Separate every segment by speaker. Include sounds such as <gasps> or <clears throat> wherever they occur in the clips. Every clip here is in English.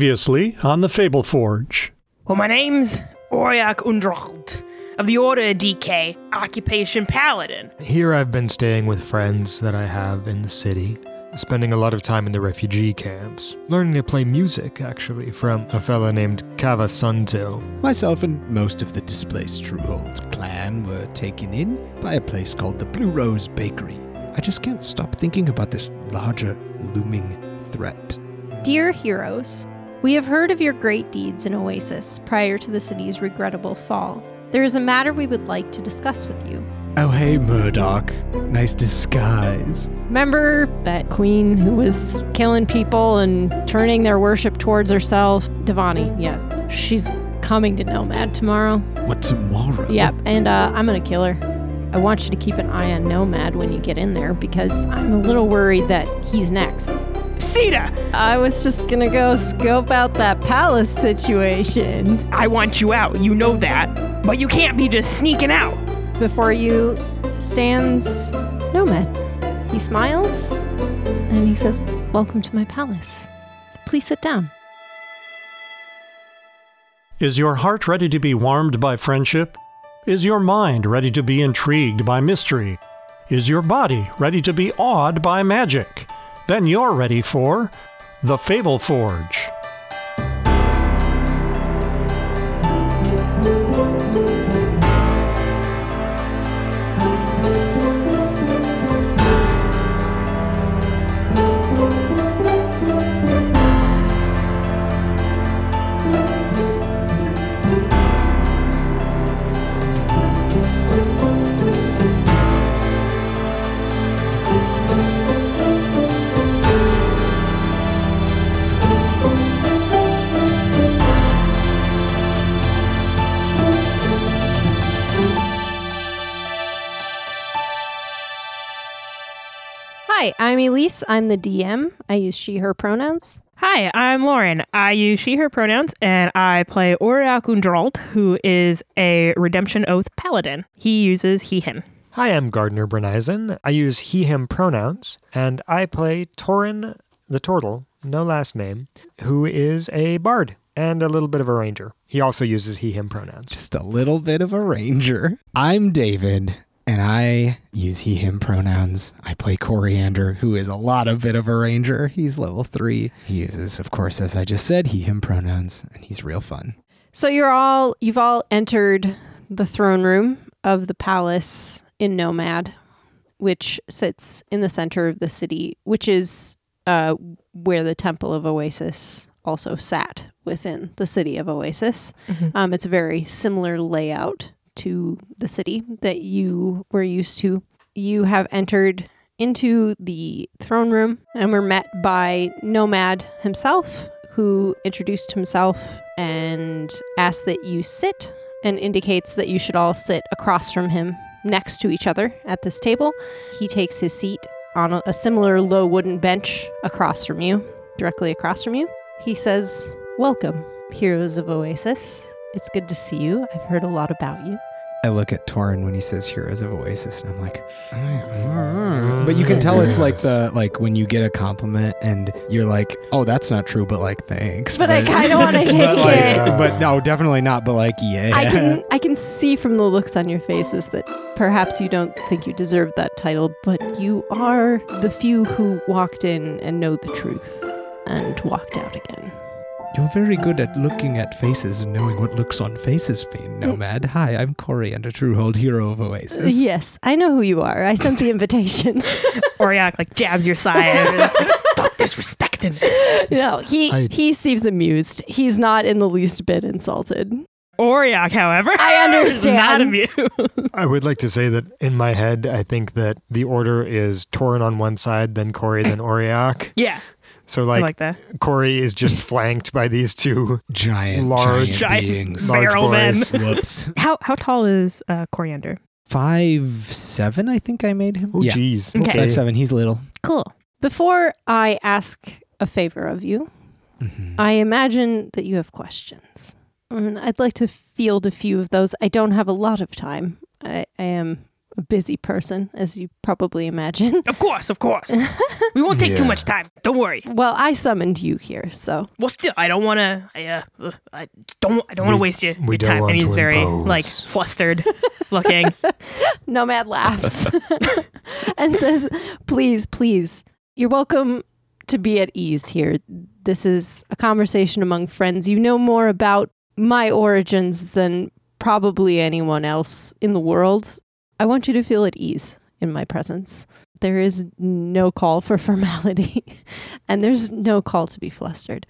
Speaker 1: Previously on the Fable Forge.
Speaker 2: Well, my name's Oriak Undrald of the Order DK, Occupation Paladin.
Speaker 3: Here I've been staying with friends that I have in the city, spending a lot of time in the refugee camps, learning to play music, actually, from a fella named Kava Suntil.
Speaker 4: Myself and most of the displaced Truehold clan were taken in by a place called the Blue Rose Bakery. I just can't stop thinking about this larger, looming threat.
Speaker 5: Dear heroes, we have heard of your great deeds in Oasis prior to the city's regrettable fall. There is a matter we would like to discuss with you.
Speaker 4: Oh, hey, Murdoch. Nice disguise.
Speaker 5: Remember that queen who was killing people and turning their worship towards herself? Devani, yeah. She's coming to Nomad tomorrow.
Speaker 4: What tomorrow?
Speaker 5: Yep, and uh, I'm gonna kill her. I want you to keep an eye on Nomad when you get in there because I'm a little worried that he's next.
Speaker 2: Sita,
Speaker 5: I was just gonna go scope out that palace situation.
Speaker 2: I want you out. You know that. But you can't be just sneaking out.
Speaker 5: Before you stands Nomad. He smiles and he says, Welcome to my palace. Please sit down.
Speaker 1: Is your heart ready to be warmed by friendship? Is your mind ready to be intrigued by mystery? Is your body ready to be awed by magic? Then you're ready for The Fable Forge.
Speaker 5: Hi, I'm Elise. I'm the DM. I use she, her pronouns.
Speaker 2: Hi, I'm Lauren. I use she, her pronouns, and I play Oriak Undrald, who is a Redemption Oath Paladin. He uses he, him.
Speaker 3: Hi, I'm Gardner Bernizen. I use he, him pronouns, and I play Torin the Tortle, no last name, who is a bard and a little bit of a ranger. He also uses he, him pronouns.
Speaker 4: Just a little bit of a ranger. I'm David, and I use he, him pronouns. I play Coriander, who is a lot of bit of a ranger. He's level three. He uses, of course, as I just said, he, him pronouns, and he's real fun.
Speaker 5: So you're all you've all entered the throne room of the palace in Nomad, which sits in the center of the city, which is uh, where the Temple of Oasis also sat within the city of Oasis. Um, it's a very similar layout to the city that you were used to. You have entered into the throne room and were met by Nomad himself, who introduced himself and asked that you sit and indicates that you should all sit across from him next to each other at this table. He takes his seat on a, a similar low wooden bench across from you, directly across from you. He says, Welcome, heroes of Oasis. It's good to see you. I've heard a lot about you.
Speaker 4: I look at Torin when he says Heroes of Oasis, and I'm like, but you can tell it's like the like when you get a compliment and you're like, oh, that's not true, but like thanks.
Speaker 5: But I kind of want
Speaker 4: <laughs>
Speaker 5: to
Speaker 4: but,
Speaker 5: take
Speaker 4: like,
Speaker 5: it.
Speaker 4: but no, definitely not. But like, yeah,
Speaker 5: I can I can see from the looks on your faces that perhaps you don't think you deserve that title, but you are the few who walked in and know the truth and walked out again.
Speaker 4: <laughs> You're very good at looking at faces and knowing what looks on faces, being nomad. Hi, I'm Corey and a Truehold hero of Oasis.
Speaker 5: Yes, I know who you are. I sent the invitation.
Speaker 2: Oriak, like, jabs your side. and it's like, <laughs> Stop disrespecting.
Speaker 5: no, he
Speaker 3: I-
Speaker 5: he seems amused. He's not in the least bit insulted.
Speaker 2: Oriak, however,
Speaker 5: I
Speaker 2: <laughs> is not
Speaker 5: understand.
Speaker 2: amused.
Speaker 3: <laughs> I would like to say that in my head, I think that the order is Torin on one side, then Corey, <laughs> then Oriak.
Speaker 2: yeah,
Speaker 3: So,
Speaker 2: I
Speaker 3: like,
Speaker 2: like that.
Speaker 3: Corey is
Speaker 4: <laughs>
Speaker 3: just flanked by these two
Speaker 4: Giant,
Speaker 3: Large-
Speaker 2: Giant
Speaker 4: giant beings.
Speaker 3: large
Speaker 2: Barrel men.
Speaker 3: boys.
Speaker 4: Whoops.
Speaker 2: <laughs> How how tall is uh, Coriander?
Speaker 4: Five seven, I think I made him.
Speaker 3: Oh,
Speaker 4: yeah,
Speaker 3: jeez.
Speaker 2: Okay.
Speaker 4: five seven. He's little.
Speaker 2: Cool.
Speaker 5: Before I ask a favor of you,
Speaker 4: Mhm.
Speaker 5: I imagine that you have questions. And I'd like to field a few of those. I don't have a lot of time. I, I am a busy person, as you probably imagine.
Speaker 2: Of course, of <laughs> course. we won't take too
Speaker 6: Yeah.
Speaker 2: much time. Don't worry.
Speaker 5: <laughs> Well, I summoned you here, so
Speaker 2: Well, still, I don't want to. I, uh, ugh, I don't. I don't want to
Speaker 3: We-
Speaker 2: waste your,
Speaker 3: we
Speaker 2: your
Speaker 3: don't
Speaker 2: time.
Speaker 3: want
Speaker 2: And he's
Speaker 3: to
Speaker 2: very
Speaker 3: impose.
Speaker 2: like flustered, looking.
Speaker 5: <laughs> Nomad laughs <laughs> and says, Please, please, you're welcome to be at ease here. This is a conversation among friends. You know more about my origins than probably anyone else in the world. I want you to feel at ease in my presence. There is no call for <laughs> formality, and there's no call to be flustered.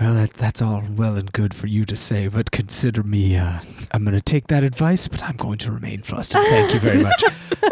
Speaker 4: Well, that, that's all well and good for you to say, but consider me. Uh, I'm going to take that advice, but I'm going to remain flustered. Thank you very much.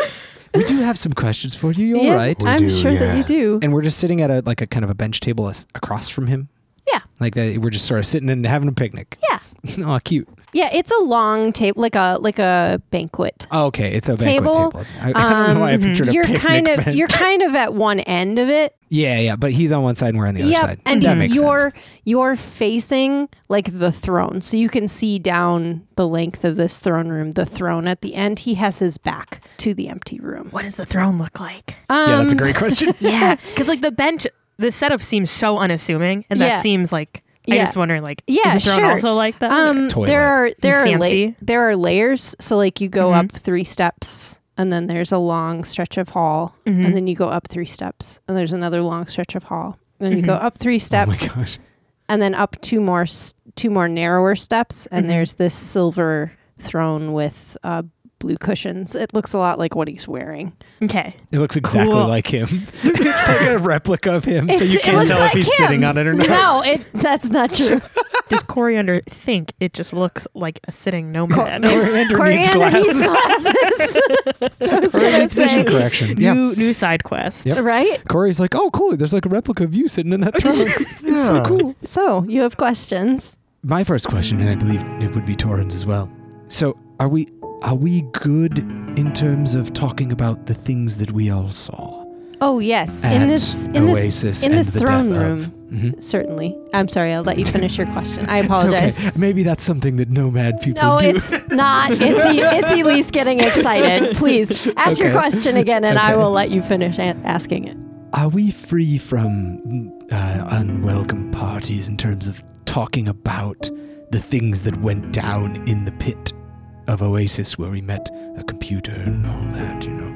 Speaker 5: <laughs>
Speaker 4: we do have some questions for you. You all
Speaker 5: Yeah,
Speaker 4: right?
Speaker 6: We
Speaker 5: I'm
Speaker 6: do,
Speaker 5: sure that
Speaker 6: yeah.
Speaker 5: you do.
Speaker 4: And we're just sitting at a like a kind of a bench table as- across from him.
Speaker 5: Yeah.
Speaker 4: Like that, we're just sort of sitting and having a picnic. <laughs>
Speaker 5: Yeah.
Speaker 4: oh, cute.
Speaker 5: Yeah, it's a long table, like a like a banquet.
Speaker 4: Oh, okay, it's a banquet
Speaker 5: Table,
Speaker 4: table. I, I don't know why I
Speaker 5: um,
Speaker 4: pictured a
Speaker 5: you're
Speaker 4: picnic
Speaker 5: kind of
Speaker 4: bench.
Speaker 5: you're kind of at one end of it.
Speaker 4: yeah, yeah. But he's on one side, and we're on the other side.
Speaker 5: and
Speaker 4: that makes
Speaker 5: you're
Speaker 4: sense.
Speaker 5: you're facing like the throne, so you can see down the length of this throne room. The throne at the end, he has his back to the empty room.
Speaker 2: <laughs> what does the throne look like?
Speaker 5: Um,
Speaker 4: yeah, that's a great
Speaker 5: <laughs>
Speaker 4: question.
Speaker 2: <laughs> Yeah, because like the bench, the setup seems so unassuming, and
Speaker 5: Yeah.
Speaker 2: that seems like I
Speaker 5: Yeah.
Speaker 2: just wonder like
Speaker 5: Yeah,
Speaker 2: is the throne
Speaker 5: sure.
Speaker 2: also like that?
Speaker 5: Um,
Speaker 4: Toilet.
Speaker 5: there are there are
Speaker 2: Fancy. Mm-hmm.
Speaker 5: la- there are layers. So like you go up three steps, and then there's a long stretch of hall,
Speaker 2: Mm-hmm.
Speaker 5: and then you go up three steps, and there's another long stretch of hall, and then you
Speaker 2: Mm-hmm.
Speaker 5: go up three
Speaker 4: oh my
Speaker 5: steps,
Speaker 4: gosh.
Speaker 5: and then up two more s- two more narrower steps, and
Speaker 4: Mm-hmm.
Speaker 2: Mhm.
Speaker 5: there's this silver throne with uh, blue cushions. It looks a lot like what
Speaker 4: <laughs>
Speaker 5: he's wearing.
Speaker 2: okay,
Speaker 4: It looks exactly
Speaker 2: Cool.
Speaker 4: like him.
Speaker 5: <laughs>
Speaker 4: it's like a replica of him, so
Speaker 5: It's-
Speaker 4: you
Speaker 5: it
Speaker 4: can't
Speaker 5: looks
Speaker 4: tell
Speaker 5: like
Speaker 4: if he's
Speaker 5: him.
Speaker 4: sitting on it or
Speaker 5: <laughs>
Speaker 4: not.
Speaker 5: No, it that's not true.
Speaker 4: <laughs>
Speaker 2: does Coriander think it just looks like a sitting nomad? <laughs>
Speaker 4: Coriander needs glasses. <laughs>
Speaker 5: glasses. I was
Speaker 4: Or
Speaker 5: gonna
Speaker 4: it's vision
Speaker 5: say,
Speaker 3: <laughs>
Speaker 4: correction. Yeah.
Speaker 2: new new side quest.
Speaker 4: Yep.
Speaker 5: right?
Speaker 4: Corey's like, oh, cool. There's like a replica of you sitting in
Speaker 5: <laughs>
Speaker 4: that throne. it's so
Speaker 3: Yeah.
Speaker 4: cool.
Speaker 5: So you have questions.
Speaker 4: My first question, and I believe it would be Torrens as well. So, are we are we good in terms of talking about the things that we all saw
Speaker 5: Oh yes,
Speaker 4: at
Speaker 5: in this in this
Speaker 4: Oasis
Speaker 5: in
Speaker 4: and
Speaker 5: this
Speaker 4: the
Speaker 5: throne
Speaker 4: death
Speaker 5: room,
Speaker 4: of? Mhm.
Speaker 5: certainly. I'm sorry, I'll let you finish your question. I
Speaker 4: <laughs> It's
Speaker 5: apologize.
Speaker 4: okay. Maybe that's something that nomad people
Speaker 5: No,
Speaker 4: do.
Speaker 5: it's
Speaker 4: <laughs>
Speaker 5: not. It's E- it's Elise getting excited. Please ask your
Speaker 4: Okay.
Speaker 5: question again, and I
Speaker 4: Okay.
Speaker 5: will let you finish a- asking it.
Speaker 4: Are we free from uh, unwelcome parties in terms of talking about the things that went down in the pit of Oasis where we met a computer and all that, you know?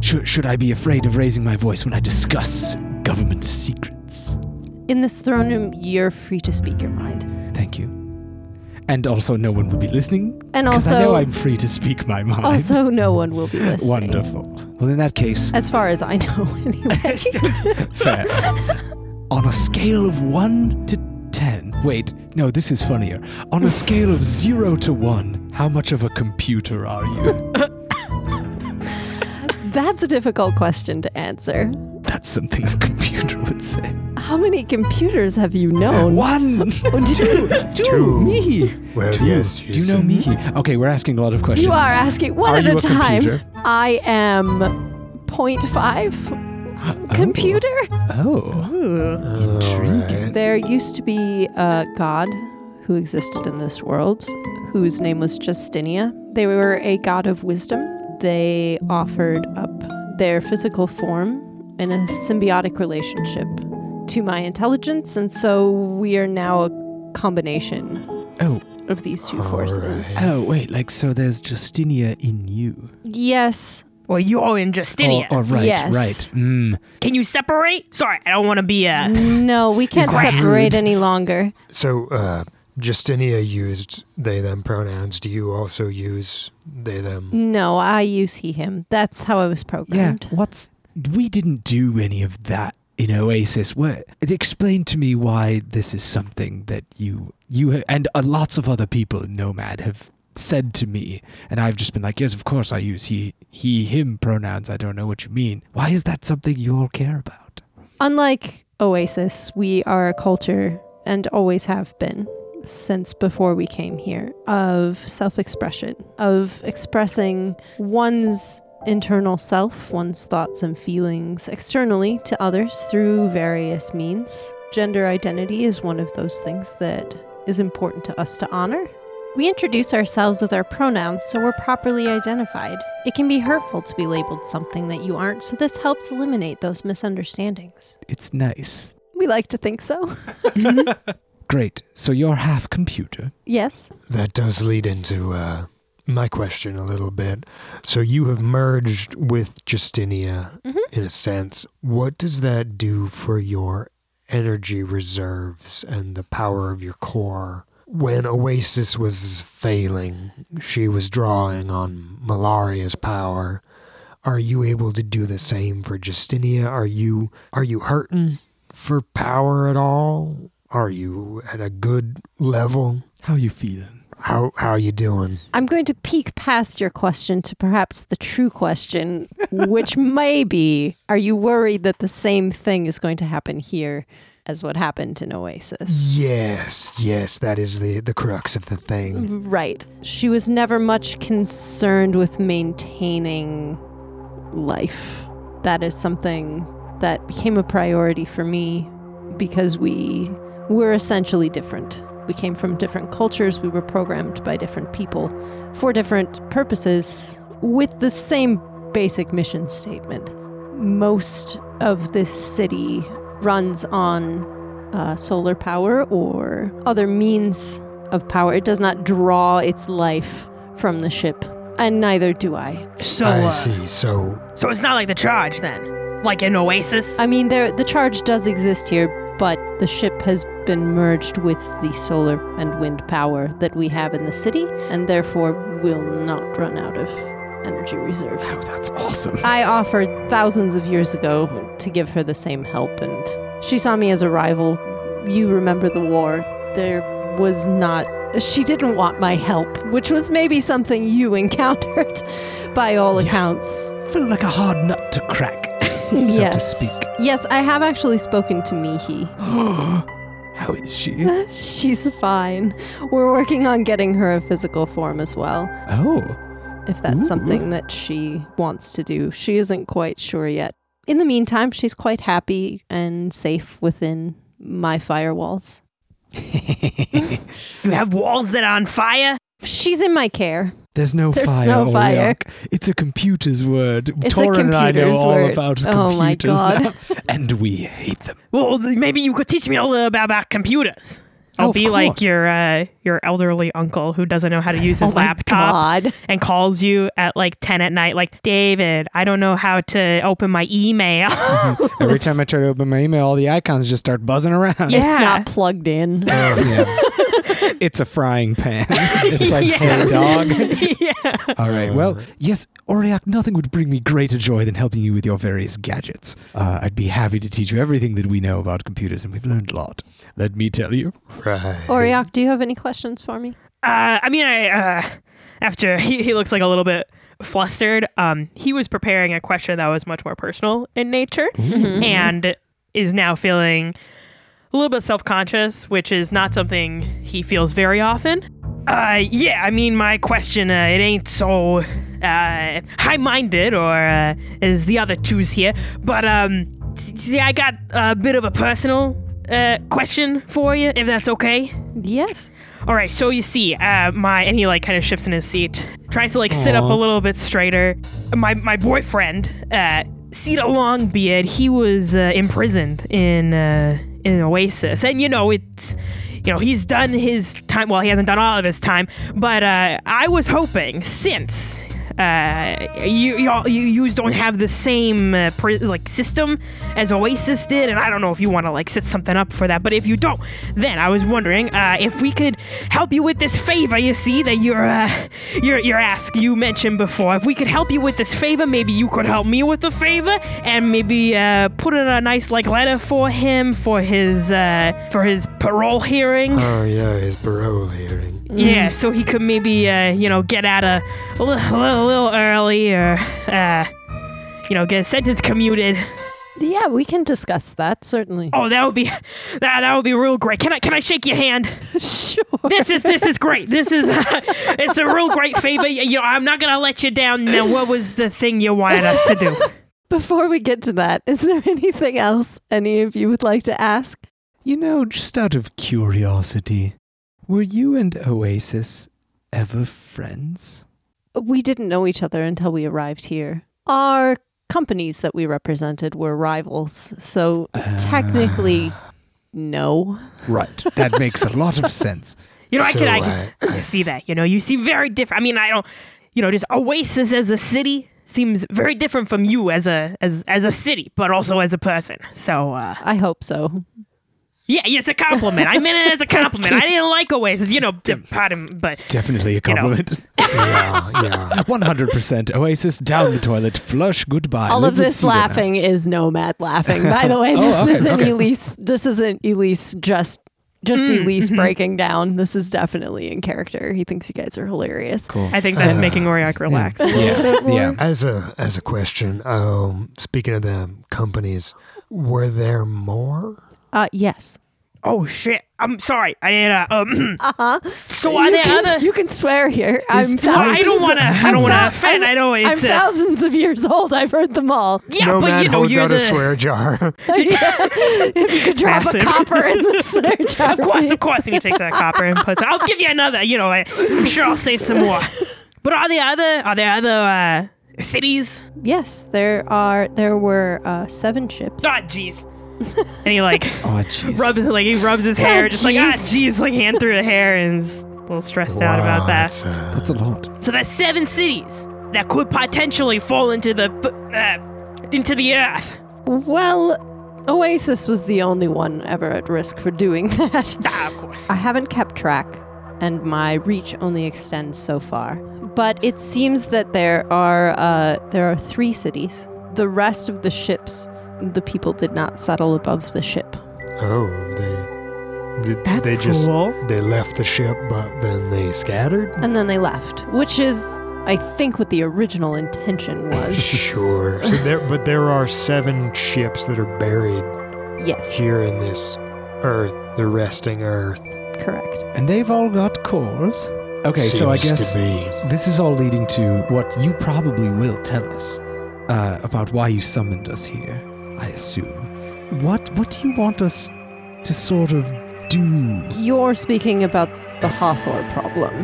Speaker 4: Should, should I be afraid of raising my voice when I discuss government secrets?
Speaker 5: In this throne room, you're free to speak your mind,
Speaker 4: Thank you. And also, no one will be listening
Speaker 5: and
Speaker 4: because I know
Speaker 5: also
Speaker 4: I'm free to speak my mind.
Speaker 5: also no one will
Speaker 4: <laughs>
Speaker 5: be listening.
Speaker 4: Wonderful. Well, in that case,
Speaker 5: As far as I know, <laughs> anyway.
Speaker 4: <laughs> Fair. <laughs> On a scale of 1 to 10. Wait, no, this is funnier. On a scale of 0 to 1, how much of a computer are you?
Speaker 5: That's a difficult question to answer.
Speaker 4: That's something a computer would say.
Speaker 5: How many computers have you known?
Speaker 4: One, two, two,
Speaker 3: Two.
Speaker 4: me.
Speaker 3: Well,
Speaker 4: two.
Speaker 3: yes,
Speaker 4: Do you know me? Okay, we're asking a lot of questions.
Speaker 5: You
Speaker 4: <gasps>
Speaker 5: are asking one
Speaker 4: Are
Speaker 5: at
Speaker 4: you
Speaker 5: a,
Speaker 4: a
Speaker 5: time.
Speaker 4: computer?
Speaker 5: I am 0.5 computer.
Speaker 4: Oh.
Speaker 2: Ooh.
Speaker 4: Intriguing.
Speaker 5: There used to be a god who existed in this world whose name was Justinia. They were a god of wisdom. They offered up their physical form in a symbiotic relationship to my intelligence, and so we are now a combination
Speaker 4: Oh,
Speaker 5: of these two forces.
Speaker 4: oh, wait, like, so there's Justinia in you.
Speaker 5: Yes.
Speaker 2: Well, you're in Justinia.
Speaker 3: Oh,
Speaker 4: Or, or right,
Speaker 5: Yes.
Speaker 4: right. Mm.
Speaker 2: Can you separate? Sorry, I don't want to be uh, a.
Speaker 5: No, we can't
Speaker 2: that
Speaker 5: separate
Speaker 4: rude?
Speaker 5: any longer.
Speaker 3: So, uh, Justinia used they them pronouns. Do you also use they them?
Speaker 5: No, I use he him. That's how I was
Speaker 4: Yeah.
Speaker 5: programmed.
Speaker 4: What's we didn't do any of that in Oasis. Where explain to me why this is something that you you ha- and uh, lots of other people in Nomad have said to me, and I've just been like, yes, of course I use he he him pronouns. I don't know what you mean. Why is that something you all care about?
Speaker 5: Unlike Oasis, we are a culture and always have been since before we came here of self expression, of expressing one's internal self, one's thoughts and feelings externally to others through various means. Gender identity is one of those things that is important to us to honor. We introduce ourselves with our pronouns so we're properly identified. It can be hurtful to be labeled something that you aren't, so this helps eliminate those misunderstandings.
Speaker 4: It's nice.
Speaker 5: We like to think so.
Speaker 4: Great. So you're half computer.
Speaker 5: yes.
Speaker 3: That does lead into uh, my question a little bit. So you have merged with Justinia in a sense. What does that do for your energy reserves and the power of your core? When Oasis was failing, she was drawing on Malaria's power. Are you able to do the same for Justinia? Are you are you hurting for power at all? Are you at a good level?
Speaker 4: How you feeling?
Speaker 3: How how you doing?
Speaker 5: I'm going to peek past your question to perhaps the true <laughs> question, which may be Are you worried that the same thing is going to happen here as what happened in Oasis?
Speaker 3: Yes, yes, that is the the crux of the thing.
Speaker 5: Right. She was never much concerned with maintaining life. That is something that became a priority for me because we were essentially different. We came from different cultures, we were programmed by different people for different purposes with the same basic mission statement. Most of this city runs on uh, solar power or other means of power. It does not draw its life from the ship, and neither do I.
Speaker 2: So,
Speaker 3: I
Speaker 2: uh,
Speaker 3: see. So
Speaker 2: so it's not like the charge then, like in Oasis.
Speaker 5: I mean, there the charge does exist here, but the ship has been merged with the solar and wind power that we have in the city, and therefore will not run out of energy reserves.
Speaker 4: Oh, that's awesome.
Speaker 5: I offered thousands of years ago to give her the same help, and she saw me as a rival. You remember the war. There was not. She didn't want my help, which was maybe something you <laughs> encountered by all accounts.
Speaker 4: Feel like a hard nut to crack, <laughs> so to
Speaker 5: yes.
Speaker 4: speak. <gasps>
Speaker 5: Yes, I have actually spoken to Mihi. <laughs>
Speaker 4: How is she?
Speaker 5: She's fine. We're working on getting her a physical form as well,
Speaker 4: Oh,
Speaker 5: if that's something that she wants to do. She isn't quite sure yet. In the meantime, she's quite happy and safe within my firewalls.
Speaker 2: You have walls that are on fire.
Speaker 5: She's in my care.
Speaker 4: there's no
Speaker 5: There's
Speaker 4: fire.
Speaker 5: no fire.
Speaker 4: Oriok. It's a computer's word.
Speaker 5: It's a
Speaker 4: Torin and I know
Speaker 5: computer's
Speaker 4: all
Speaker 5: word.
Speaker 4: about
Speaker 5: Oh my
Speaker 4: computers
Speaker 5: God.
Speaker 4: now, <laughs> and we hate
Speaker 5: <laughs>
Speaker 4: them.
Speaker 2: Well, th- maybe you could teach me a little bit about computers.
Speaker 4: Oh,
Speaker 2: I'll
Speaker 4: of
Speaker 2: be
Speaker 4: course.
Speaker 2: like your uh, your elderly uncle who doesn't know how to use his
Speaker 5: <laughs> oh my
Speaker 2: laptop
Speaker 5: God.
Speaker 2: and calls you at like ten at night, like David, I don't know how to open my
Speaker 5: <laughs>
Speaker 2: email. <laughs>
Speaker 4: Every time I try to open my email, all the icons just start buzzing around.
Speaker 2: Yeah.
Speaker 5: It's not plugged in.
Speaker 4: It's a frying pan. It's like, hey, dog.
Speaker 5: <laughs>
Speaker 4: All right. Well, yes, Oriak, nothing would bring me greater joy than helping you with your various gadgets. Uh, I'd be happy to teach you everything that we know about computers, and we've learned a lot. Let me tell you.
Speaker 3: right.
Speaker 5: <laughs>
Speaker 2: Oh.
Speaker 5: Oriok, do you have any questions for me?
Speaker 2: Uh, I mean, I uh, after <laughs> he, he looks like a little bit flustered. Um, he was preparing a question that was much more personal in nature, and is now feeling a little bit self conscious, which is not something he feels very often. Uh, yeah, I mean, my question, uh, it ain't so uh, high minded or uh, as the other two's here, but um, s- see, I got a bit of a personal uh, question for you, if that's okay.
Speaker 5: Yes.
Speaker 2: All right, so you see, uh, my and he like kind of shifts in his seat, tries to like sit up a little bit straighter. My my boyfriend, uh, Cedar Longbeard, he was uh, imprisoned in uh, in Oasis, and you know it's, you know he's done his time. Well, he hasn't done all of his time, but uh, I was hoping since. Uh, you y'all, you you don't have the same uh, pri- like system as Oasis did, and I don't know if you want to like set something up for that. But if you don't, then I was wondering uh, if we could help you with this favor. You see that you're uh, you're you're ask you mentioned before. If we could help you with this favor, maybe you could help me with the favor, and maybe uh, put in a nice like letter for him for his uh, for his parole hearing.
Speaker 3: Oh yeah, his parole hearing.
Speaker 2: Yeah, so he could maybe, uh, you know, get out a, a, little, a little early or, uh, you know, get a sentence commuted.
Speaker 5: Yeah, we can discuss that, certainly.
Speaker 2: Oh, that would be, <laughs> that, that would be real great. Can I, can I shake your hand?
Speaker 5: <laughs> sure.
Speaker 2: This is, this is great. This is, <laughs> it's a real great favor. You know, I'm not going to let you down. Now, what was the thing you wanted us to do?
Speaker 5: <laughs> Before we get to that, is there anything else any of you would like to ask?
Speaker 4: You know, just out of curiosity, were you and Oasis ever friends?
Speaker 5: We didn't know each other until we arrived here. Our companies that we represented were rivals, so
Speaker 4: Ah.
Speaker 5: technically, no.
Speaker 4: Right. That makes a lot
Speaker 5: <laughs>
Speaker 4: of sense.
Speaker 2: You know, I
Speaker 4: So,
Speaker 2: can, I can
Speaker 4: uh, yes.
Speaker 2: see that. You know, you see very different. I mean, I don't. You know, just Oasis as a city seems very different from you as a as as a city, but also as a person. So uh,
Speaker 5: I hope so.
Speaker 2: yeah, yeah, it's a compliment. I meant it as a compliment. I didn't like Oasis. You know, d- pardon, but
Speaker 4: Definitely a
Speaker 2: You know.
Speaker 5: <laughs>
Speaker 4: compliment.
Speaker 2: <laughs>
Speaker 3: yeah, yeah.
Speaker 4: 100% Oasis down the toilet, flush goodbye.
Speaker 5: All
Speaker 4: Live
Speaker 5: of
Speaker 4: with
Speaker 5: this
Speaker 4: Cedar now.
Speaker 5: laughing is nomad laughing. By
Speaker 4: <laughs>
Speaker 5: the way,
Speaker 4: Oh,
Speaker 5: this
Speaker 4: okay,
Speaker 5: isn't
Speaker 4: okay. Mm,
Speaker 5: Elise. This isn't Elise just just Elise
Speaker 4: mm-hmm.
Speaker 5: breaking down. This is definitely in character. He thinks you guys are hilarious.
Speaker 4: Cool.
Speaker 2: I think that's making Oriok relax.
Speaker 4: Yeah. yeah.
Speaker 3: As a as a question, um, speaking of the companies, were there more?
Speaker 5: Uh, yes.
Speaker 2: Oh shit! I'm sorry. I didn't. Uh, um, <clears throat> So are
Speaker 5: you,
Speaker 2: there
Speaker 5: can,
Speaker 2: other?
Speaker 5: you can swear here. I'm
Speaker 2: Well, I don't
Speaker 5: thousands-
Speaker 2: want to. I don't want to offend. I know
Speaker 5: I'm
Speaker 2: it's. Uh,
Speaker 5: thousands of years old. I've heard them all.
Speaker 2: yeah, but
Speaker 3: Nomad
Speaker 2: you know
Speaker 3: holds
Speaker 2: you're
Speaker 3: out
Speaker 2: the.
Speaker 3: a
Speaker 2: <laughs>
Speaker 3: swear jar.
Speaker 5: If you could drop a
Speaker 2: Massive.
Speaker 5: copper in
Speaker 2: <laughs>
Speaker 5: the search,
Speaker 2: Of course, of course, he takes that copper and puts. I'll give you another. You know, I, I'm sure I'll say some more. But are there other? Are there other uh, cities?
Speaker 5: Yes, there are. There were uh, seven ships.
Speaker 2: Ah, jeez. And he like
Speaker 4: Oh, jeez.
Speaker 2: rubs like he rubs
Speaker 4: <laughs> Oh,
Speaker 2: his hair, just like ah, jeez, like hand through the hair, and is a little stressed out
Speaker 3: Wow,
Speaker 2: about that.
Speaker 3: that's, uh,
Speaker 4: That's a lot.
Speaker 2: So there's seven cities that could potentially fall into the uh, into the earth.
Speaker 5: Well, Oasis was the only one ever at risk for doing <laughs> that.
Speaker 2: Ah, of <laughs> course.
Speaker 5: I haven't kept track, and my reach only extends so far. But it seems that there are uh, there are three cities. The rest of the ships, the people did not settle above the ship.
Speaker 3: oh, they did,
Speaker 2: That's
Speaker 3: they just
Speaker 2: cool.
Speaker 3: they left the ship, but then they scattered.
Speaker 5: And then they left, which is, I think, what the original
Speaker 2: <laughs>
Speaker 5: intention was.
Speaker 3: sure. So there, but there are seven ships that are buried
Speaker 5: yes,
Speaker 3: here in this Earth, the resting Earth.
Speaker 5: correct.
Speaker 4: And they've all got cores. Okay, so I
Speaker 3: seems
Speaker 4: guess
Speaker 3: to be.
Speaker 4: this is all leading to what you probably will tell us uh, about why you summoned us here. I assume. What What do you want us to sort of do?
Speaker 5: You're speaking about the Hathor problem.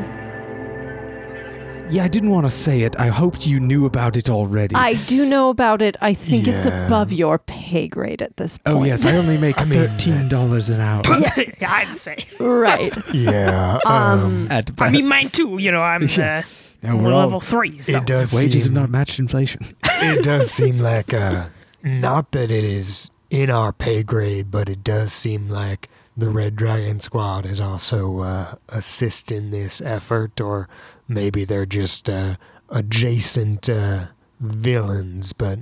Speaker 4: Yeah, I didn't want to say it. I hoped you knew about it already.
Speaker 5: I do know about it. I think it's
Speaker 3: Yeah.
Speaker 5: above your pay grade at this point.
Speaker 4: oh yes, I only
Speaker 3: <laughs>
Speaker 4: make
Speaker 3: I mean, uh,
Speaker 4: thirteen dollars an hour
Speaker 2: I'd say.
Speaker 5: <laughs> right.
Speaker 3: Yeah. um,
Speaker 5: Um,
Speaker 4: <laughs> at best.
Speaker 2: I mean, mine too. You know, I'm uh,
Speaker 4: Yeah. No,
Speaker 2: we're
Speaker 4: we're all-
Speaker 2: level three. So.
Speaker 3: it does.
Speaker 4: Wages have
Speaker 3: seem,
Speaker 4: not matched inflation. <laughs>
Speaker 3: it does seem like uh not that it is in our pay grade, but it does seem like the Red Dragon Squad is also uh, assist in this effort, or maybe they're just uh, adjacent uh, villains. But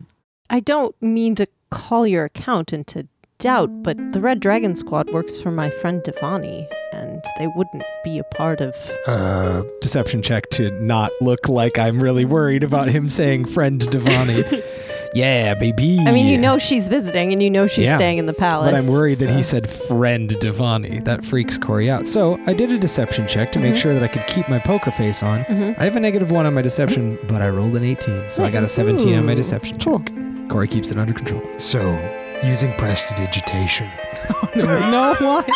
Speaker 5: I don't mean to call your account into doubt, but the Red Dragon Squad works for my friend Devani, and they wouldn't be a part of.
Speaker 3: uh,
Speaker 4: deception check to not look like I'm really worried about him saying friend Devani. yeah, baby.
Speaker 5: I mean, you know she's visiting, and you know she's
Speaker 4: Yeah.
Speaker 5: staying in the palace.
Speaker 4: But I'm worried that he
Speaker 5: so-
Speaker 4: said friend Devani. That freaks Corey out. So I did a deception check to make
Speaker 5: Mhm.
Speaker 4: sure that I could keep my poker face on.
Speaker 5: Mhm.
Speaker 4: I have a negative one on my deception, but I rolled an 18, so I got a
Speaker 5: Nice.
Speaker 4: 17 on my
Speaker 5: Ooh,
Speaker 4: deception
Speaker 5: cool.
Speaker 4: check. Corey keeps it under control.
Speaker 3: so using prestidigitation.
Speaker 4: no, what?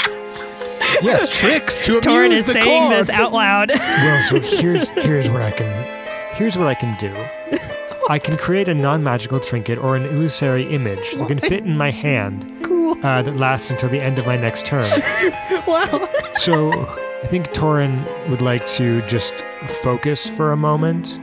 Speaker 4: yes, tricks to
Speaker 2: Torin
Speaker 4: amuse
Speaker 2: is
Speaker 4: the
Speaker 2: saying
Speaker 4: court.
Speaker 2: this out loud. <laughs>
Speaker 3: Well, so here's here's what I can here's what I can do. I can create a non-magical trinket or an illusory image that can fit in my hand
Speaker 4: Cool.
Speaker 3: uh, that lasts until the end of my next turn.
Speaker 5: "Wow,
Speaker 3: So I think Torin would like to just focus for a moment.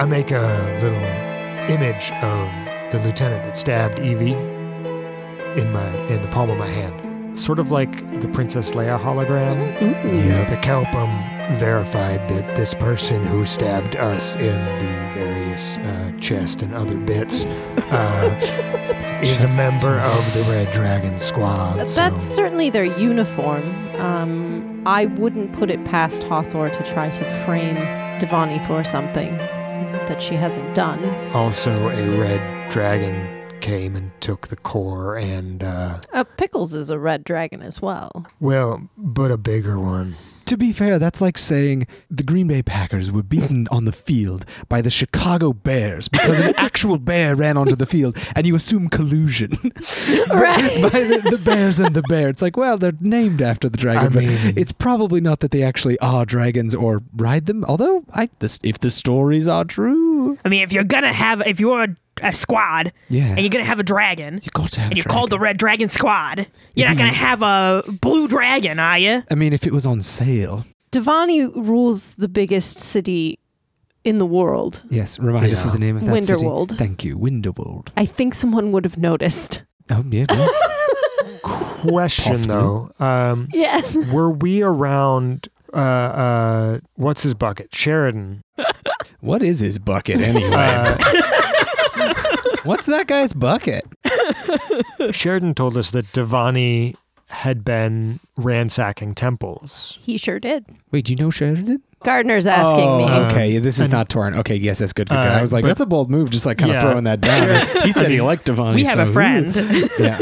Speaker 3: I make a little image of the lieutenant that stabbed Evie in my in the palm of my hand, sort of like the Princess Leia hologram.
Speaker 4: Yep.
Speaker 3: The Kelpum verified that this person who stabbed us in the various uh, chest and other bits
Speaker 5: <laughs>
Speaker 3: uh, is a
Speaker 4: Chests.
Speaker 3: member of the Red Dragon Squad. so-
Speaker 5: that's certainly their uniform." Um, I wouldn't put it past Hathor to try to frame Devani for something that she hasn't done.
Speaker 3: also a Red Dragon came and took the core, and uh,
Speaker 5: Uh, Pickles is a red dragon as well.
Speaker 3: well, but a bigger one.
Speaker 4: To be fair, that's like saying the Green Bay Packers were beaten on the field by the Chicago Bears because an actual bear ran onto the field, and you assume collusion <laughs>
Speaker 5: Right.
Speaker 4: by the, the Bears and the Bear. It's like, well, they're named after the dragon.
Speaker 3: I
Speaker 4: but
Speaker 3: mean-
Speaker 4: it's probably not that they actually are dragons or ride them. Although, I this if the stories are true,
Speaker 2: I mean, if you're gonna have, if you're a, a squad,
Speaker 4: Yeah.
Speaker 2: and you're gonna have a dragon,
Speaker 4: you got to have.
Speaker 2: and you're called the Red Dragon Squad, you're not gonna have a blue dragon, are you?
Speaker 4: I mean, if it was on sale,
Speaker 5: Devani rules the biggest city in the world.
Speaker 4: yes. Remind us of
Speaker 3: Yeah.
Speaker 4: the name of that city.
Speaker 5: Winterwold.
Speaker 4: Thank you, Winterworld.
Speaker 5: I think someone would have noticed.
Speaker 4: Oh yeah.
Speaker 2: <laughs>
Speaker 4: yeah.
Speaker 3: Question
Speaker 4: Possibly.
Speaker 3: though, um,
Speaker 5: Yes.
Speaker 3: were we around? Uh, uh, what's his bucket? Sheridan.
Speaker 4: What is his bucket anyway?
Speaker 3: Uh,
Speaker 4: What's that guy's bucket?
Speaker 3: Sheridan told us that Devani had been ransacking temples.
Speaker 5: <laughs> He sure did.
Speaker 4: Wait, do you know Sheridan?
Speaker 5: Gardner's asking
Speaker 4: oh,
Speaker 5: me.
Speaker 4: Okay, this is
Speaker 3: and-
Speaker 4: not Torrent. Okay, yes, that's good. good
Speaker 3: Uh,
Speaker 4: guy. I was like,
Speaker 3: but-
Speaker 4: that's a bold move, just like kind of
Speaker 3: Yeah.
Speaker 4: throwing that down. he said he liked Devon.
Speaker 2: We have a friend.
Speaker 4: <laughs> yeah.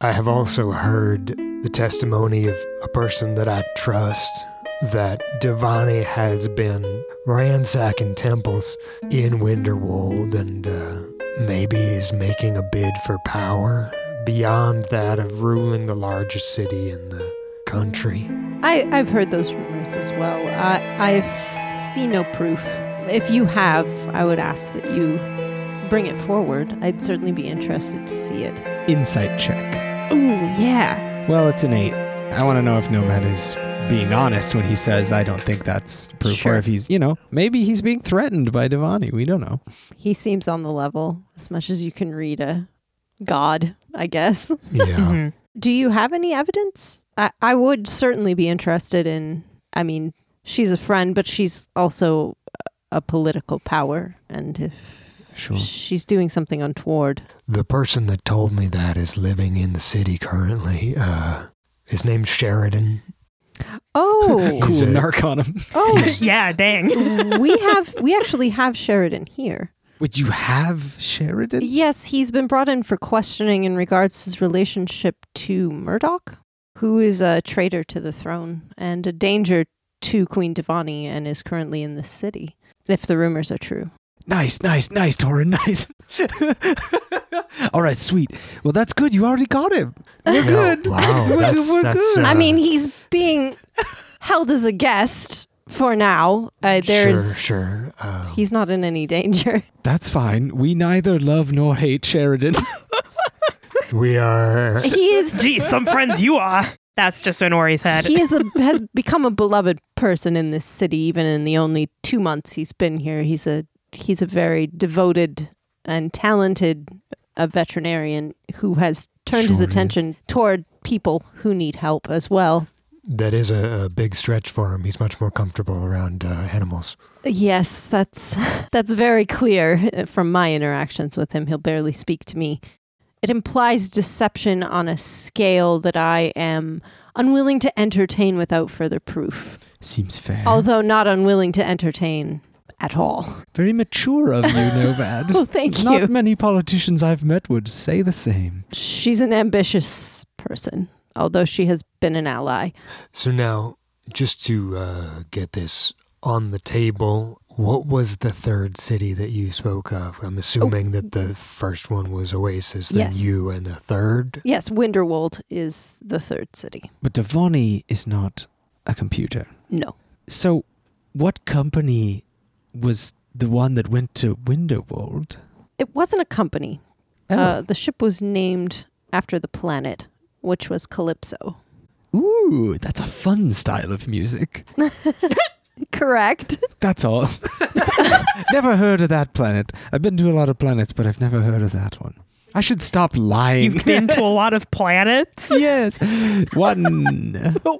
Speaker 3: I have also heard the testimony of a person that I trust that Devani has been ransacking temples in Winterwold and uh, maybe is making a bid for power beyond that of ruling the largest city in the country.
Speaker 5: I, I've heard those rumors as well. I, I've seen no proof. If you have, I would ask that you bring it forward. I'd certainly be interested to see it.
Speaker 4: Insight check.
Speaker 2: Ooh, yeah.
Speaker 4: Well, it's an eight. I want to know if Nomad is being honest when he says, I don't think that's proof.
Speaker 5: Sure.
Speaker 4: Or if he's, you know, maybe he's being threatened by Devani. We don't know.
Speaker 5: He seems on the level as much as you can read a god, I guess.
Speaker 4: Oh.
Speaker 3: Yeah.
Speaker 2: Mhm.
Speaker 5: Do you have any evidence? I, I would certainly be interested in. I mean, she's a friend, but she's also a- a political power. And if
Speaker 4: Sure.
Speaker 5: she's doing something untoward,
Speaker 3: <laughs> The person that told me that is living in the city currently. Uh, his name's Sheridan.
Speaker 5: <laughs> oh,
Speaker 4: Cool
Speaker 3: He's a-
Speaker 4: narc on him.
Speaker 5: oh,
Speaker 2: <laughs> Yeah, dang.
Speaker 5: we have we actually have Sheridan here.
Speaker 4: Would you have Sheridan?
Speaker 5: Yes, he's been brought in for questioning in regards to his relationship to Murdoch, who is a traitor to the throne and a danger to Queen Devani and is currently in the city, if the rumors are true.
Speaker 4: Nice, nice, nice, Torin, <laughs> nice. All right, sweet. Well, that's good. You already got him. We're
Speaker 3: Yeah,
Speaker 4: good.
Speaker 3: wow,
Speaker 4: <laughs> We're,
Speaker 3: that's-
Speaker 4: we're
Speaker 3: that's,
Speaker 4: good.
Speaker 3: uh,
Speaker 5: I mean, he's being held as a guest for now. Uh, there's
Speaker 3: Sure, sure. Uh,
Speaker 5: He's not in any danger. <laughs>
Speaker 4: that's fine. We neither love nor hate Sheridan. <laughs>
Speaker 3: we are.
Speaker 5: He is
Speaker 2: Geez, some friends you are. That's just in Ori's head.
Speaker 5: he is a, has become a beloved person in this city even in the only 2 months he's been here he's a he's a very devoted and talented uh veterinarian who has turned his
Speaker 3: Sure is.
Speaker 5: attention toward people who need help as well
Speaker 3: That is a, a big stretch for him. He's much more comfortable around uh, animals.
Speaker 5: yes that's <laughs> that's very clear uh, from my interactions with him he'll barely speak to me it implies deception on a scale that i am unwilling to entertain without further proof
Speaker 4: Seems fair.
Speaker 5: although not unwilling to entertain at all. <laughs>
Speaker 4: Very mature of you, Novad.
Speaker 5: Oh, <laughs> thank
Speaker 4: Not
Speaker 5: you.
Speaker 4: many politicians I've met would say the same.
Speaker 5: She's an ambitious person, although she has been an ally.
Speaker 3: So now, just to uh, get this on the table, what was the third city that you spoke of? I'm assuming that the first one was Oasis, then
Speaker 5: Yes.
Speaker 3: you, and the third.
Speaker 5: Yes, Winterwold is the third city.
Speaker 4: But Devani is not a computer.
Speaker 5: No.
Speaker 4: So, what company was the one that went to Winterworld?
Speaker 5: It wasn't a company. Uh, the ship was named after the planet, which was Calypso.
Speaker 4: Ooh, that's a fun style of music.
Speaker 5: Correct.
Speaker 4: That's all. <laughs> never heard of that planet. I've been to a lot of planets, but I've never heard of that one. I should stop lying.
Speaker 5: <laughs>
Speaker 2: You've
Speaker 4: <laughs>
Speaker 2: been to a lot of planets.
Speaker 4: yes. One.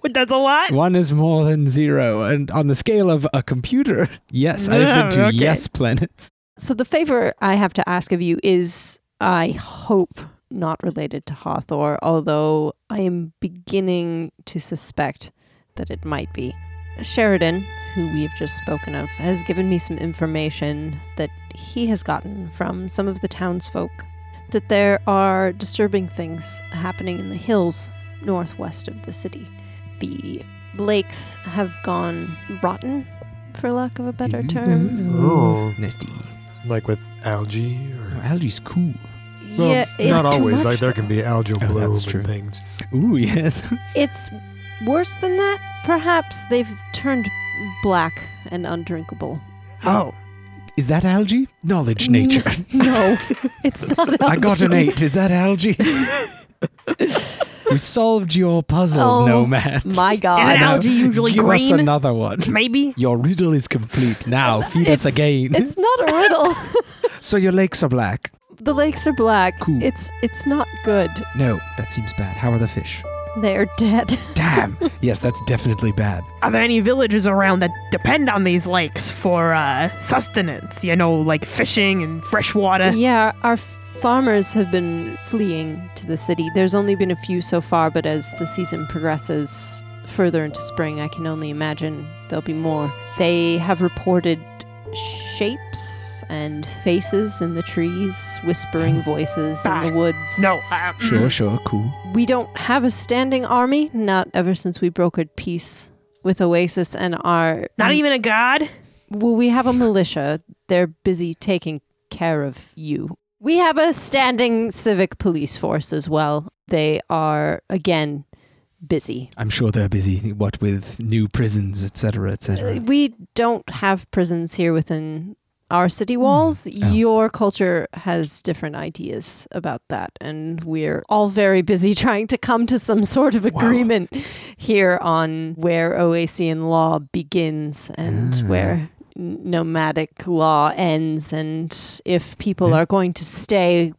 Speaker 2: That's a lot.
Speaker 4: One is more than zero. And on the scale of a computer,
Speaker 2: <laughs>
Speaker 4: yes, I've been to
Speaker 2: Okay.
Speaker 4: yes planets.
Speaker 5: So the favor I have to ask of you is I hope not related to Hathor, although I am beginning to suspect that it might be. Sheridan, who we have just spoken of, has given me some information that he has gotten from some of the townsfolk that there are disturbing things happening in the hills northwest of the city. the lakes have gone rotten, for lack of a better
Speaker 3: Mm-hmm.
Speaker 5: term.
Speaker 3: Oh,
Speaker 4: Nasty. Oh,
Speaker 3: like with algae or.
Speaker 4: algae's cool.
Speaker 3: Well,
Speaker 5: yeah, it's
Speaker 3: not always. Like
Speaker 5: much-
Speaker 3: there can be algal
Speaker 4: Oh,
Speaker 3: bloom
Speaker 4: that's true.
Speaker 3: and things.
Speaker 4: Ooh, yes. <laughs>
Speaker 5: It's worse than that. Perhaps they've turned black and undrinkable.
Speaker 2: Oh,
Speaker 4: Is that algae?
Speaker 2: <laughs>
Speaker 4: Knowledge nature.
Speaker 5: No, <laughs> it's not.
Speaker 4: I got an eight. Is
Speaker 2: <laughs>
Speaker 4: that algae? we solved your puzzle,
Speaker 5: Oh,
Speaker 4: Nomad.
Speaker 5: My
Speaker 2: Is
Speaker 5: God,
Speaker 2: it algae usually
Speaker 4: Give us
Speaker 2: green?
Speaker 4: another one.
Speaker 2: maybe.
Speaker 4: Your riddle is complete. Now feed
Speaker 5: it's,
Speaker 4: us again.
Speaker 5: It's not a riddle.
Speaker 4: <laughs> So your lakes are black.
Speaker 5: the lakes are black.
Speaker 4: Cool.
Speaker 5: It's it's not good.
Speaker 4: No, that seems bad. How are the fish?
Speaker 5: They're dead.
Speaker 4: <laughs> Damn. yes, that's definitely bad.
Speaker 2: Are there any villages around that depend on these lakes for uh, sustenance? You know, like fishing and fresh <laughs> water.
Speaker 5: yeah, our farmers have been fleeing to the city. There's only been a few so far, but as the season progresses further into spring, I can only imagine there'll be more. They have reported shapes and faces in the trees,
Speaker 2: <laughs>
Speaker 5: whispering voices in the woods.
Speaker 2: No, uh, mm.
Speaker 4: Sure, sure, cool.
Speaker 5: We don't have a standing army, not ever since we brokered peace with Oasis and our
Speaker 2: not even a god.
Speaker 5: Well, we have a militia. They're busy taking care of you. We have a standing civic police force as well. They are, again, busy.
Speaker 4: I'm sure they're busy. What with new prisons, etc.,
Speaker 5: Uh,
Speaker 4: etc.
Speaker 5: We don't have prisons here within our city walls. Your culture has different ideas about that, and we're all very busy <laughs> trying to come to some sort of agreement here on where Oasian law begins and where nomadic law ends and if people are going to stay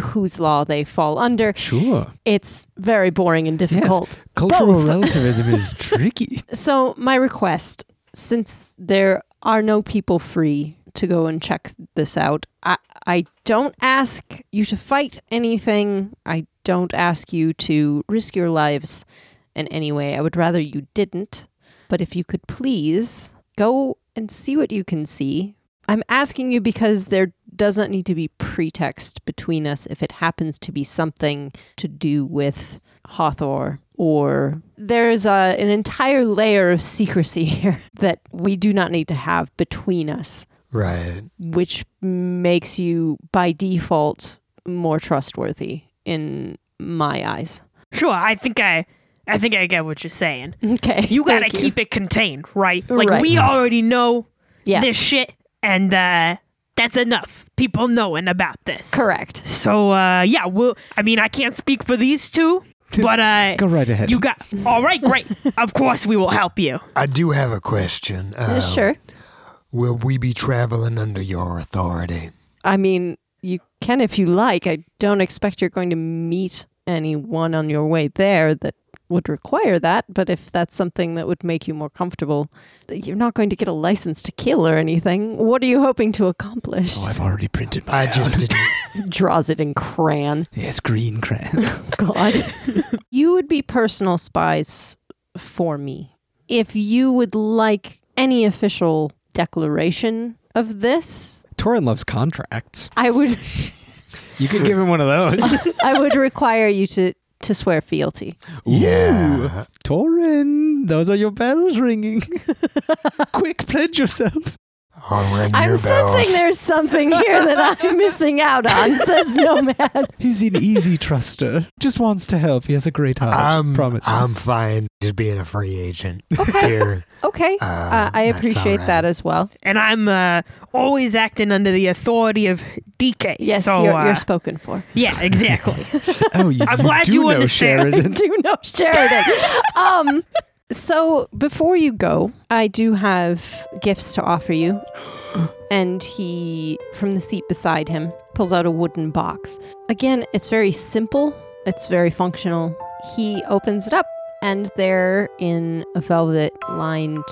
Speaker 5: whose law they fall
Speaker 4: Uh,
Speaker 5: under
Speaker 4: Sure.
Speaker 5: it's very boring and difficult
Speaker 4: Yes. Cultural
Speaker 5: Both.
Speaker 4: relativism is <laughs> tricky.
Speaker 5: so my request, since there are no people free to go and check this out, I I don't ask you to fight anything. I don't ask you to risk your lives in any way. I would rather you didn't. But if you could please go and see what you can see. I'm asking you because there doesn't need to be pretext between us if it happens to be something to do with Hawthor or there's a, an entire layer of secrecy <laughs> here that we do not need to have between us,
Speaker 3: Right.
Speaker 5: which makes you by default more trustworthy in my eyes. <laughs>
Speaker 2: Sure, I think I, I think I get what you're saying.
Speaker 5: Okay.
Speaker 2: You gotta
Speaker 5: thank
Speaker 2: keep it contained, right? Like
Speaker 5: Right.
Speaker 2: we already know
Speaker 5: yeah.
Speaker 2: this shit, and uh, that's enough. People knowing about this.
Speaker 5: correct.
Speaker 2: So uh, yeah, we'll. I mean, I can't speak for these two, but uh,
Speaker 4: Go right ahead.
Speaker 2: You got all right,
Speaker 4: <laughs>
Speaker 2: great. of course, we will help you.
Speaker 3: I do have a question. Uh,
Speaker 5: sure.
Speaker 3: Will we be traveling under your authority?
Speaker 5: I mean, you can if you like. I don't expect you're going to meet anyone on your way there that would require that, but if that's something that would make you more comfortable, you're not going to get a license to kill or anything. What are you hoping to accomplish?
Speaker 4: oh, I've already printed my
Speaker 3: I
Speaker 4: own.
Speaker 3: just
Speaker 4: <laughs>
Speaker 3: didn't.
Speaker 5: <laughs> draws it in crayon.
Speaker 4: Yes, green <laughs> crayon.
Speaker 5: God. you would be personal spies for me. If you would like any official declaration of this,
Speaker 4: Torin loves contracts.
Speaker 5: I would <laughs>
Speaker 4: You could give him one of <laughs> those.
Speaker 5: I would require you to to swear fealty.
Speaker 3: Yeah.
Speaker 4: Torin, those are your bells <laughs> ringing. Quick, pledge yourself.
Speaker 3: I'll ring
Speaker 5: I'm
Speaker 3: your
Speaker 5: sensing
Speaker 3: bells.
Speaker 5: there's something here that
Speaker 3: <laughs>
Speaker 5: I'm missing out on, says Nomad.
Speaker 4: He's an easy <laughs> truster. Just wants to help. He has a great heart.
Speaker 3: I'm,
Speaker 4: Promise.
Speaker 3: I'm fine just being a free agent
Speaker 4: <laughs>
Speaker 3: here.
Speaker 5: Okay.
Speaker 3: Uh,
Speaker 5: Uh, I
Speaker 3: that's all
Speaker 5: appreciate
Speaker 3: right.
Speaker 5: that as well.
Speaker 2: And I'm uh, always acting under the authority of DK.
Speaker 5: Yes,
Speaker 2: so,
Speaker 5: you're,
Speaker 2: uh,
Speaker 5: you're spoken for.
Speaker 2: yeah,
Speaker 4: <laughs>
Speaker 2: exactly.
Speaker 4: oh,
Speaker 5: <laughs>
Speaker 4: you,
Speaker 2: I'm
Speaker 4: you
Speaker 2: glad
Speaker 4: do
Speaker 2: you
Speaker 4: know
Speaker 2: understand.
Speaker 5: I
Speaker 4: Sheridan.
Speaker 5: <laughs> do know Sheridan. um, so before you go, I do have gifts to offer you. And he, from the seat beside him, pulls out a wooden box. Again, it's very simple, it's very functional. He opens it up, and there in a velvet lined,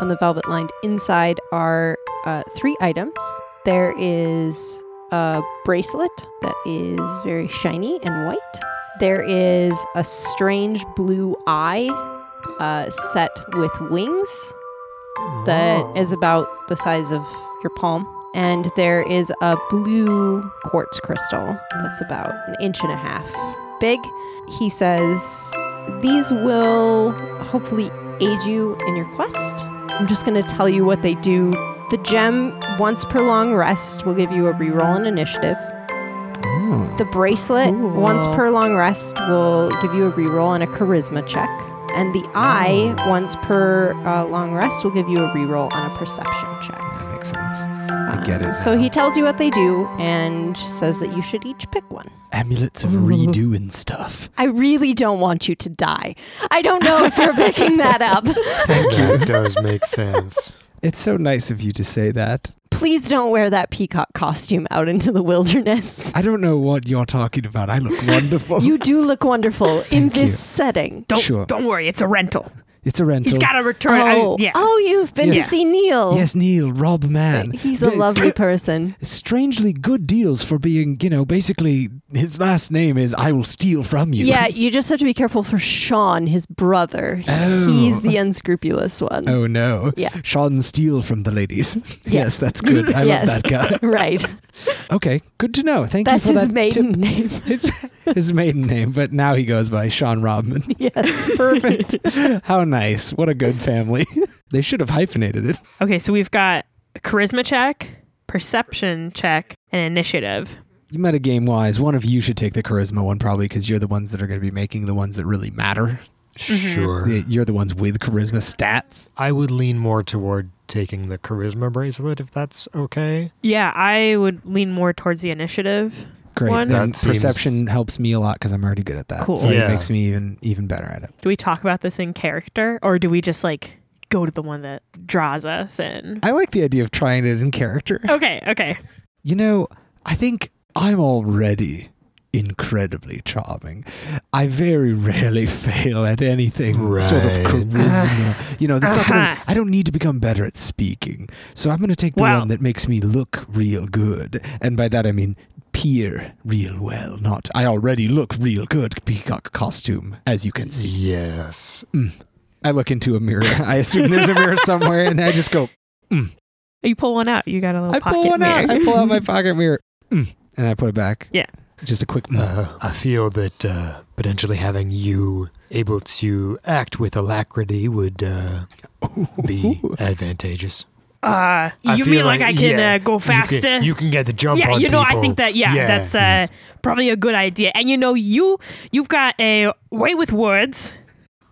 Speaker 5: on the velvet lined inside are uh, three items. There is a bracelet that is very shiny and white. There is a strange blue eye uh, set with wings that
Speaker 1: Oh.
Speaker 5: is about the size of your palm. And there is a blue quartz crystal that's about an inch and a half big. He says, These will hopefully aid you in your quest. I'm just going to tell you what they do. The gem, once per long rest, will give you a reroll in initiative.
Speaker 4: Hmm.
Speaker 5: The bracelet, once per long rest, will give you a reroll and a charisma check. And the eye, once per uh, long rest, will give you a reroll on a perception check. Um,
Speaker 4: That makes sense. I get it.
Speaker 5: So
Speaker 4: now.
Speaker 5: he tells you what they do and says that you should each pick one.
Speaker 4: amulets of redoing stuff.
Speaker 5: I really don't want you to die. I don't know if you're picking that <laughs> up.
Speaker 3: That does make sense.
Speaker 4: <laughs> It's so nice of you to say that.
Speaker 5: <laughs> Please don't wear that peacock costume out into the wilderness.
Speaker 4: I don't know what you're talking about. I look wonderful.
Speaker 5: <laughs> You do look wonderful in
Speaker 4: Thank
Speaker 5: this
Speaker 4: you.
Speaker 5: setting.
Speaker 2: Don't
Speaker 4: Sure.
Speaker 2: don't worry, it's a rental.
Speaker 4: it's a rental.
Speaker 2: He's got to return. I-
Speaker 5: Oh,
Speaker 2: yeah.
Speaker 5: oh you've been to
Speaker 4: Yeah.
Speaker 5: see Neil.
Speaker 4: yes, Neil, Rob, man.
Speaker 5: He's a
Speaker 4: They-
Speaker 5: lovely person.
Speaker 4: Strangely good deals for being, you know, basically his last name is I will steal from you.
Speaker 5: Yeah, you just have to be careful for Sean, his brother. He's the unscrupulous
Speaker 4: <laughs>
Speaker 5: one.
Speaker 4: Oh no.
Speaker 5: Yeah.
Speaker 4: Sean Steele from the ladies. <laughs> Yes,
Speaker 5: Yes.
Speaker 4: that's good. I
Speaker 5: <laughs> Yes.
Speaker 4: love that guy.
Speaker 5: <laughs> Right.
Speaker 4: Okay, good to know. Thank
Speaker 5: That's
Speaker 4: you for
Speaker 5: his
Speaker 4: that
Speaker 5: maiden
Speaker 4: tip.
Speaker 5: name. <laughs>
Speaker 4: <laughs> His, his maiden name, but now he goes by Sean
Speaker 5: <laughs>
Speaker 4: Rodman.
Speaker 5: Yes.
Speaker 4: Perfect. How nice. What a good family. <laughs> they should have hyphenated it.
Speaker 2: Okay, so we've got a charisma check, perception check, and initiative.
Speaker 4: You meta game wise, one of you should take the charisma one probably because you're the ones that are going to be making the ones that really matter.
Speaker 3: Sure. <sighs>
Speaker 4: Y- You're the ones with charisma stats.
Speaker 3: I would lean more toward taking the charisma bracelet if that's okay.
Speaker 2: Yeah, I would lean more towards the initiative.
Speaker 4: Great.
Speaker 2: One.
Speaker 4: Then
Speaker 3: That seems-
Speaker 4: perception helps me a lot because I'm already good at that.
Speaker 2: Cool.
Speaker 4: So
Speaker 3: Yeah.
Speaker 4: it makes me even even better at it.
Speaker 2: Do we talk about this in character, or do we just like go to the one that draws us in?
Speaker 4: I like the idea of trying it in character.
Speaker 2: Okay, okay.
Speaker 4: You know, I think I'm already incredibly charming. I very <laughs> rarely fail at anything sort of
Speaker 3: Right.
Speaker 4: charisma. you know, that's not gonna,
Speaker 2: Uh-huh.
Speaker 4: I don't need to become better at speaking. So I'm going to take the
Speaker 2: Well-
Speaker 4: one that makes me look real good. And by that I mean peer real well, not I already look real good peacock costume as you can see.
Speaker 3: Yes.
Speaker 4: I look into a mirror. <laughs> I assume there's a mirror somewhere and I just go
Speaker 2: You pull one out. You got <laughs> a little
Speaker 4: I
Speaker 2: pocket
Speaker 4: pull one out.
Speaker 2: mirror.
Speaker 4: I pull out my pocket mirror. Mm. And I put it back.
Speaker 2: Yeah.
Speaker 4: Just a quick. mm.
Speaker 3: Uh, I feel that uh, potentially having you able to act with alacrity would uh, be advantageous.
Speaker 2: <laughs> Uh, you
Speaker 3: feel
Speaker 2: mean like, I can
Speaker 3: yeah,
Speaker 2: uh, go
Speaker 3: you can-
Speaker 2: faster?
Speaker 3: You can, get the jump
Speaker 2: yeah,
Speaker 3: on
Speaker 2: you know, I
Speaker 3: people.
Speaker 2: think that yeah, that's uh,
Speaker 3: yes.
Speaker 2: probably a good idea. And you know, you you've got a way with words.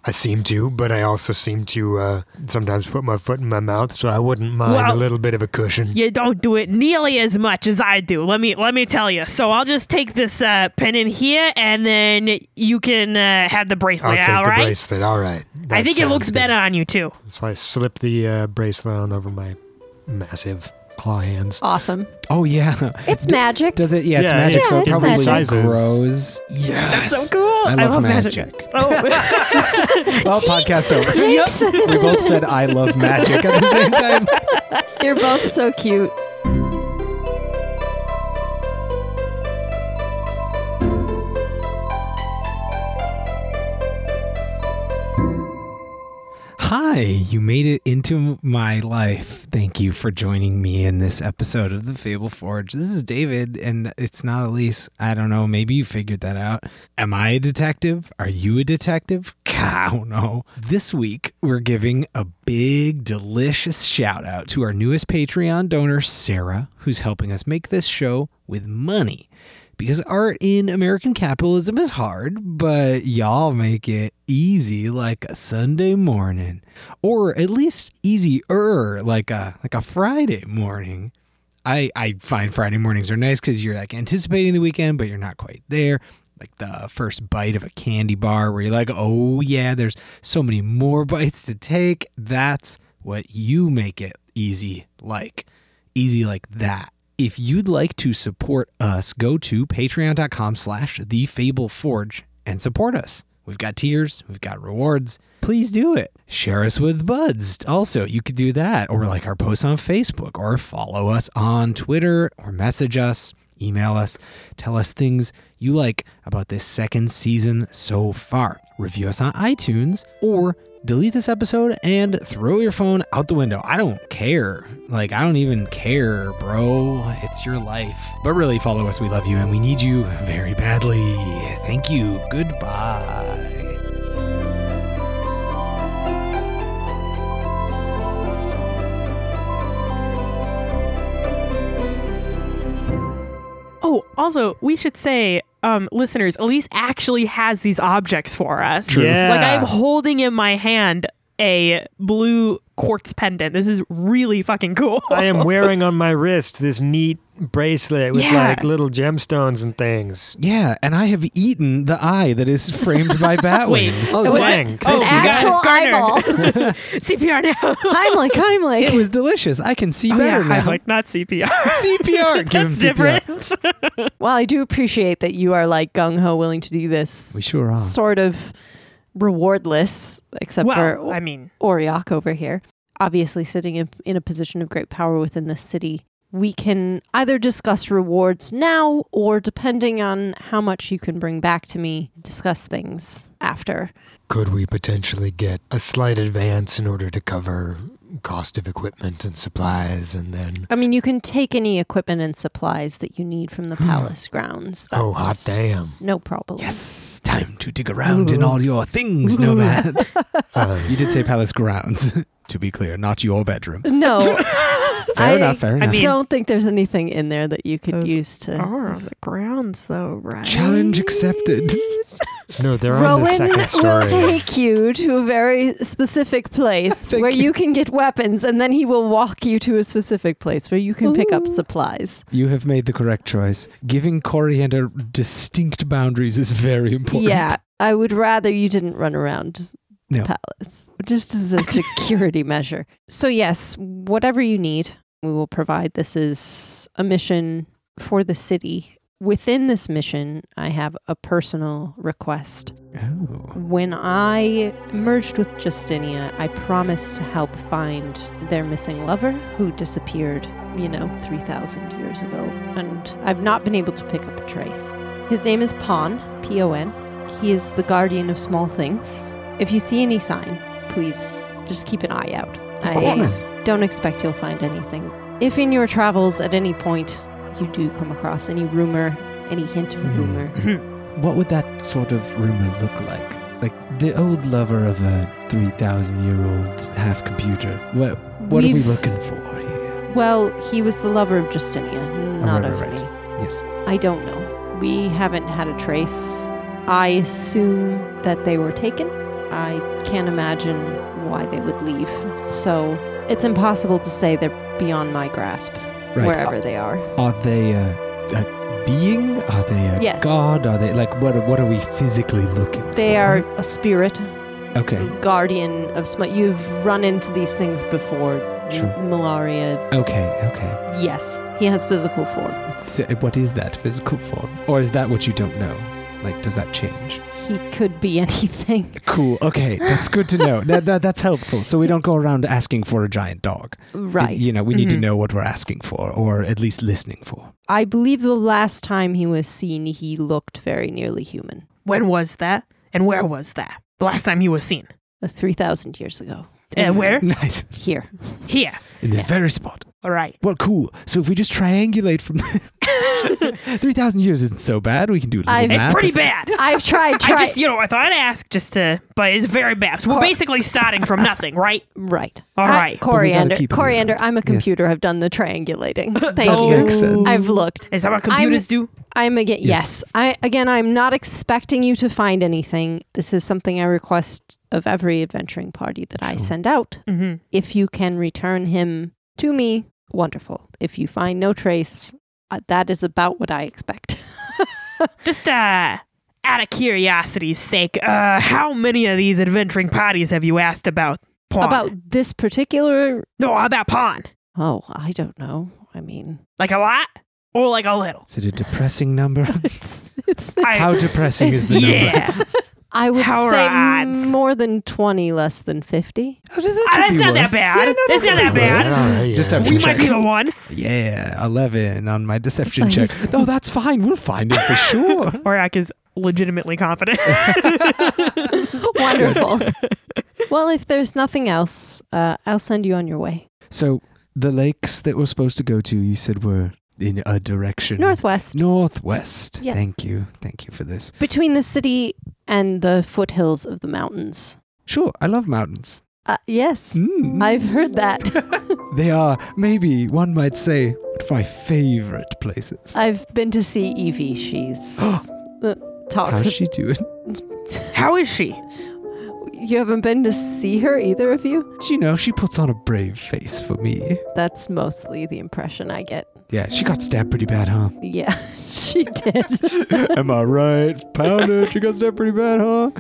Speaker 3: I seem to, but I also seem to uh, sometimes put my foot in my mouth, so I wouldn't mind
Speaker 2: Well-
Speaker 3: a little bit of a cushion.
Speaker 2: You don't do it nearly as much as I do. Let me let me tell you. So I'll just take this uh, pen in here, and then you can uh, have the
Speaker 3: I'll
Speaker 2: bracelet.
Speaker 3: take
Speaker 2: all
Speaker 3: the
Speaker 2: right.
Speaker 3: bracelet. All right.
Speaker 2: I
Speaker 3: That
Speaker 2: think it
Speaker 3: sounds
Speaker 2: looks
Speaker 3: good.
Speaker 2: better on you
Speaker 4: <laughs>
Speaker 2: too.
Speaker 3: So I slip the uh, bracelet on over my massive claw hands.
Speaker 5: Awesome.
Speaker 4: <laughs> Oh yeah.
Speaker 5: It's magic.
Speaker 4: Does it? Yeah, it's
Speaker 3: Yeah,
Speaker 4: magic,
Speaker 5: yeah,
Speaker 4: so it
Speaker 5: it's
Speaker 4: probably
Speaker 5: magic.
Speaker 3: Sizes.
Speaker 4: grows. Yes.
Speaker 2: That's so cool.
Speaker 4: I
Speaker 2: I
Speaker 4: love,
Speaker 2: love
Speaker 4: magic.
Speaker 2: Oh, <laughs>
Speaker 4: Well, podcast
Speaker 5: <laughs>
Speaker 4: over.
Speaker 5: Jinx.
Speaker 4: We both said I love magic at the same time.
Speaker 5: You're both so cute.
Speaker 4: Hi, you made it into my life. Thank you for joining me in this episode of The Fable Forge. This is David, and it's not Elise. I don't know. Maybe you figured that out. Am I a detective? Are you a detective? <laughs> I don't know. This week, we're giving a big, delicious shout out to our newest Patreon donor, Sarah, who's helping us make this show with money because art in American capitalism is hard, but y'all make it easy like a Sunday morning, or at least easier like a like a Friday morning. I, I find Friday mornings are nice because you're like anticipating the weekend, but you're not quite there. Like the first bite of a candy bar, where you're like, oh yeah, there's so many more <laughs> bites to take. That's what you make it easy like easy like that. If you'd like to support us, go to patreon.com slash the Fable Forge and support us. We've got tiers, we've got rewards. Please do it. Share us with buds. Also, you could do that, or like our posts on Facebook, or follow us on Twitter, or message us, email us, tell us things you like about this second season so far. Review us on iTunes, or delete this episode and throw your phone out the window. I don't care. Like, I don't even care, bro. It's your life. But really, follow us. We love you and we need you very badly. Thank you. Goodbye.
Speaker 2: Oh, Also, we should say, um, listeners, Elise actually has these objects for us.
Speaker 3: Yeah.
Speaker 2: Like I'm holding in my hand a blue quartz pendant. This is really fucking cool.
Speaker 3: I am wearing on my wrist this neat bracelet with
Speaker 2: Yeah.
Speaker 3: like little gemstones and things.
Speaker 4: Yeah, and I have eaten the eye that is framed
Speaker 2: <laughs>
Speaker 4: by bat
Speaker 2: Wait.
Speaker 4: wings.
Speaker 3: Oh,
Speaker 5: was
Speaker 3: dang.
Speaker 5: An
Speaker 2: Oh, got it.
Speaker 5: actual
Speaker 2: Garner.
Speaker 5: eyeball. <laughs>
Speaker 3: <laughs>
Speaker 2: CPR now. <laughs>
Speaker 5: Heimlich, Heimlich.
Speaker 4: It was delicious. I can see
Speaker 2: Oh,
Speaker 4: better
Speaker 2: yeah,
Speaker 4: now. <laughs>
Speaker 2: I'm like not CPR. <laughs>
Speaker 4: CPR. Give him
Speaker 2: That's
Speaker 4: CPR.
Speaker 2: different.
Speaker 5: Well, I do appreciate that you are like gung ho, willing to do this.
Speaker 4: We sure are.
Speaker 5: Sort of rewardless, except
Speaker 2: well,
Speaker 5: for
Speaker 2: I mean,
Speaker 5: Oriok over here. Obviously, sitting in, in a position of great power within this city, we can either discuss rewards now or, depending on how much you can bring back to me, discuss things after.
Speaker 3: Could we potentially get a slight advance in order to cover cost of equipment and supplies and then
Speaker 5: I mean, you can take any equipment and supplies that you need from the
Speaker 4: Hmm.
Speaker 5: palace grounds.
Speaker 3: Oh, hot
Speaker 5: That's No problem.
Speaker 4: Yes, time to dig around in all your things,
Speaker 2: <laughs>
Speaker 4: Nomad.
Speaker 3: uh,
Speaker 4: you did say palace grounds, <laughs> to be clear, not your bedroom.
Speaker 2: <laughs>
Speaker 5: No.
Speaker 4: Fair
Speaker 5: I-
Speaker 4: enough, fair enough.
Speaker 5: I
Speaker 2: mean-
Speaker 5: don't think there's anything in there that you could
Speaker 2: Those
Speaker 5: use to.
Speaker 2: are oh, on the grounds though, right?
Speaker 4: Challenge accepted.
Speaker 3: No, they're on the
Speaker 5: Rowan
Speaker 3: second
Speaker 5: will
Speaker 3: story.
Speaker 5: take you to a very specific place
Speaker 4: Thank
Speaker 5: where
Speaker 4: you.
Speaker 5: you. can get weapons, and then he will walk you to a specific place where you can pick up supplies.
Speaker 4: you have made the correct choice. Giving coriander distinct boundaries is very important.
Speaker 5: Yeah, I would rather you didn't run around the
Speaker 4: No.
Speaker 5: palace, just as a security <laughs> measure. So, yes, whatever you need, we will provide. This is a mission for the city. Within this mission, I have a personal request.
Speaker 4: Oh.
Speaker 5: When I merged with Justinia, I promised to help find their missing lover who disappeared, you know, 3,000 years ago. And I've not been able to pick up a trace. His name is Pon, P O N. He is the guardian of small things. If you see any sign, please just keep an eye out.
Speaker 4: course.
Speaker 5: I don't expect you'll find anything. If in your travels at any point you do come across any rumor, any hint of a
Speaker 4: Hmm.
Speaker 5: rumor,
Speaker 4: What would that sort of rumor look like? Like the old lover of a 3,000 year old half computer. What, what are we
Speaker 5: We've-
Speaker 4: looking for here?
Speaker 5: Well, he was the lover of Justinia, not
Speaker 4: Oh, right,
Speaker 5: of
Speaker 4: right,
Speaker 5: me.
Speaker 4: Yes.
Speaker 5: I don't know. We haven't had a trace. I assume that they were taken. I can't imagine why they would leave. So it's impossible to say they're beyond my grasp,
Speaker 4: Right.
Speaker 5: wherever they are.
Speaker 4: Are they a, a being? Are they a
Speaker 5: Yes.
Speaker 4: god? Are they like what? What are we physically looking?
Speaker 5: They
Speaker 4: for?
Speaker 5: are a spirit,
Speaker 4: okay.
Speaker 5: a guardian of smut. You've run into these things before.
Speaker 4: Sure.
Speaker 5: M- Malaria,
Speaker 4: Okay. Okay.
Speaker 5: yes. He has physical form.
Speaker 4: So what is that physical form, or is that what you don't know? Like, does that change?
Speaker 5: He could be <laughs> anything.
Speaker 4: Cool. Okay, that's good to know. that, that, that's helpful. So we don't go around asking for a giant dog.
Speaker 5: Right.
Speaker 4: You know, we need to
Speaker 2: Mhm.
Speaker 4: know what we're asking for, or at least listening for.
Speaker 5: I believe the last time he was seen, he looked very nearly human.
Speaker 2: <laughs> When was that? And where was that? The last time he was seen.
Speaker 5: Uh, 3,000 years ago.
Speaker 2: And where?
Speaker 4: Nice.
Speaker 5: Here.
Speaker 2: Here.
Speaker 4: In this very spot.
Speaker 2: All right.
Speaker 4: Well, cool. So if we just triangulate from <laughs> three thousand years, isn't so bad. We can do a little
Speaker 5: I've-
Speaker 2: It's
Speaker 4: math.
Speaker 2: pretty
Speaker 5: <laughs>
Speaker 2: bad.
Speaker 5: I've tried,
Speaker 2: <laughs> I
Speaker 5: tried.
Speaker 2: just, you know, I thought I'd ask just to, but it's very bad. So we're basically starting from nothing,
Speaker 4: <laughs>
Speaker 2: right?
Speaker 5: right.
Speaker 2: All
Speaker 5: I-
Speaker 2: right. But
Speaker 4: we gotta
Speaker 5: coriander.
Speaker 4: keep it
Speaker 5: Coriander.
Speaker 4: around.
Speaker 5: I'm a
Speaker 4: Yes.
Speaker 5: computer. I've done the
Speaker 4: <laughs>
Speaker 5: triangulating. Thank
Speaker 4: That
Speaker 5: you.
Speaker 4: makes sense.
Speaker 5: I've looked.
Speaker 2: Is that what computers do?
Speaker 5: I'm again.
Speaker 4: Yes.
Speaker 5: Yes. I again. I'm not expecting you to find anything. This is something I request of every adventuring party that I send out.
Speaker 2: Mm-hmm.
Speaker 5: If you can return him to me, wonderful. If you find no trace, uh, that is about what I expect. <laughs>
Speaker 2: Just uh, out of curiosity's sake, uh, how many of these adventuring parties have you asked about? Pawn.
Speaker 5: About this particular.
Speaker 2: no, about pawn.
Speaker 5: Oh, I don't know. I mean, <laughs>
Speaker 2: Like a lot or like a little?
Speaker 4: Is it a
Speaker 2: <laughs>
Speaker 4: depressing number?
Speaker 5: it's it's.
Speaker 2: I- <laughs>
Speaker 4: How depressing is the number?
Speaker 2: yeah.
Speaker 5: I would
Speaker 2: How are
Speaker 5: say
Speaker 2: odds?
Speaker 5: more than 20, less
Speaker 2: <laughs>
Speaker 5: than 50.
Speaker 4: Oh, that
Speaker 2: Ah,
Speaker 4: could
Speaker 2: that's
Speaker 4: be
Speaker 2: not
Speaker 4: worse.
Speaker 2: that bad.
Speaker 4: Yeah, no,
Speaker 2: that's not
Speaker 4: could
Speaker 2: that
Speaker 4: be worse.
Speaker 2: bad.
Speaker 4: Deception
Speaker 2: We
Speaker 4: check.
Speaker 2: might be the one.
Speaker 4: Yeah, 11 on my deception check.
Speaker 5: Nice.
Speaker 4: No, that's fine. We'll find it
Speaker 2: <laughs>
Speaker 4: for
Speaker 5: <laughs>
Speaker 4: sure.
Speaker 2: Orak is legitimately
Speaker 4: <laughs>
Speaker 2: confident. <laughs>
Speaker 5: Wonderful. well, if there's nothing else, uh, I'll send you on your way.
Speaker 4: so, the lakes that we're supposed to go to, you said were in a direction
Speaker 5: Northwest,
Speaker 4: Northwest.
Speaker 5: Yeah.
Speaker 4: Thank you. Thank you for this.
Speaker 5: between the city and the foothills of the mountains.
Speaker 4: Sure, I love mountains.
Speaker 5: Uh, yes,
Speaker 4: Mm. <laughs>
Speaker 5: I've heard that.
Speaker 4: They are, maybe one might say, One of my favorite places.
Speaker 5: I've been to see
Speaker 4: <gasps>
Speaker 5: Evie. She's uh,
Speaker 4: How's
Speaker 5: talks.
Speaker 4: she doing? <laughs>
Speaker 2: How is she?
Speaker 5: you haven't been to see her, either of you?
Speaker 4: Do you know she puts on a brave face for me?
Speaker 5: That's mostly the impression I get.
Speaker 4: Yeah, she got stabbed pretty bad,
Speaker 5: <laughs>
Speaker 4: huh?
Speaker 5: Yeah,
Speaker 4: <laughs>
Speaker 5: she did.
Speaker 4: Am I right? Pounder, she got stabbed pretty bad, huh?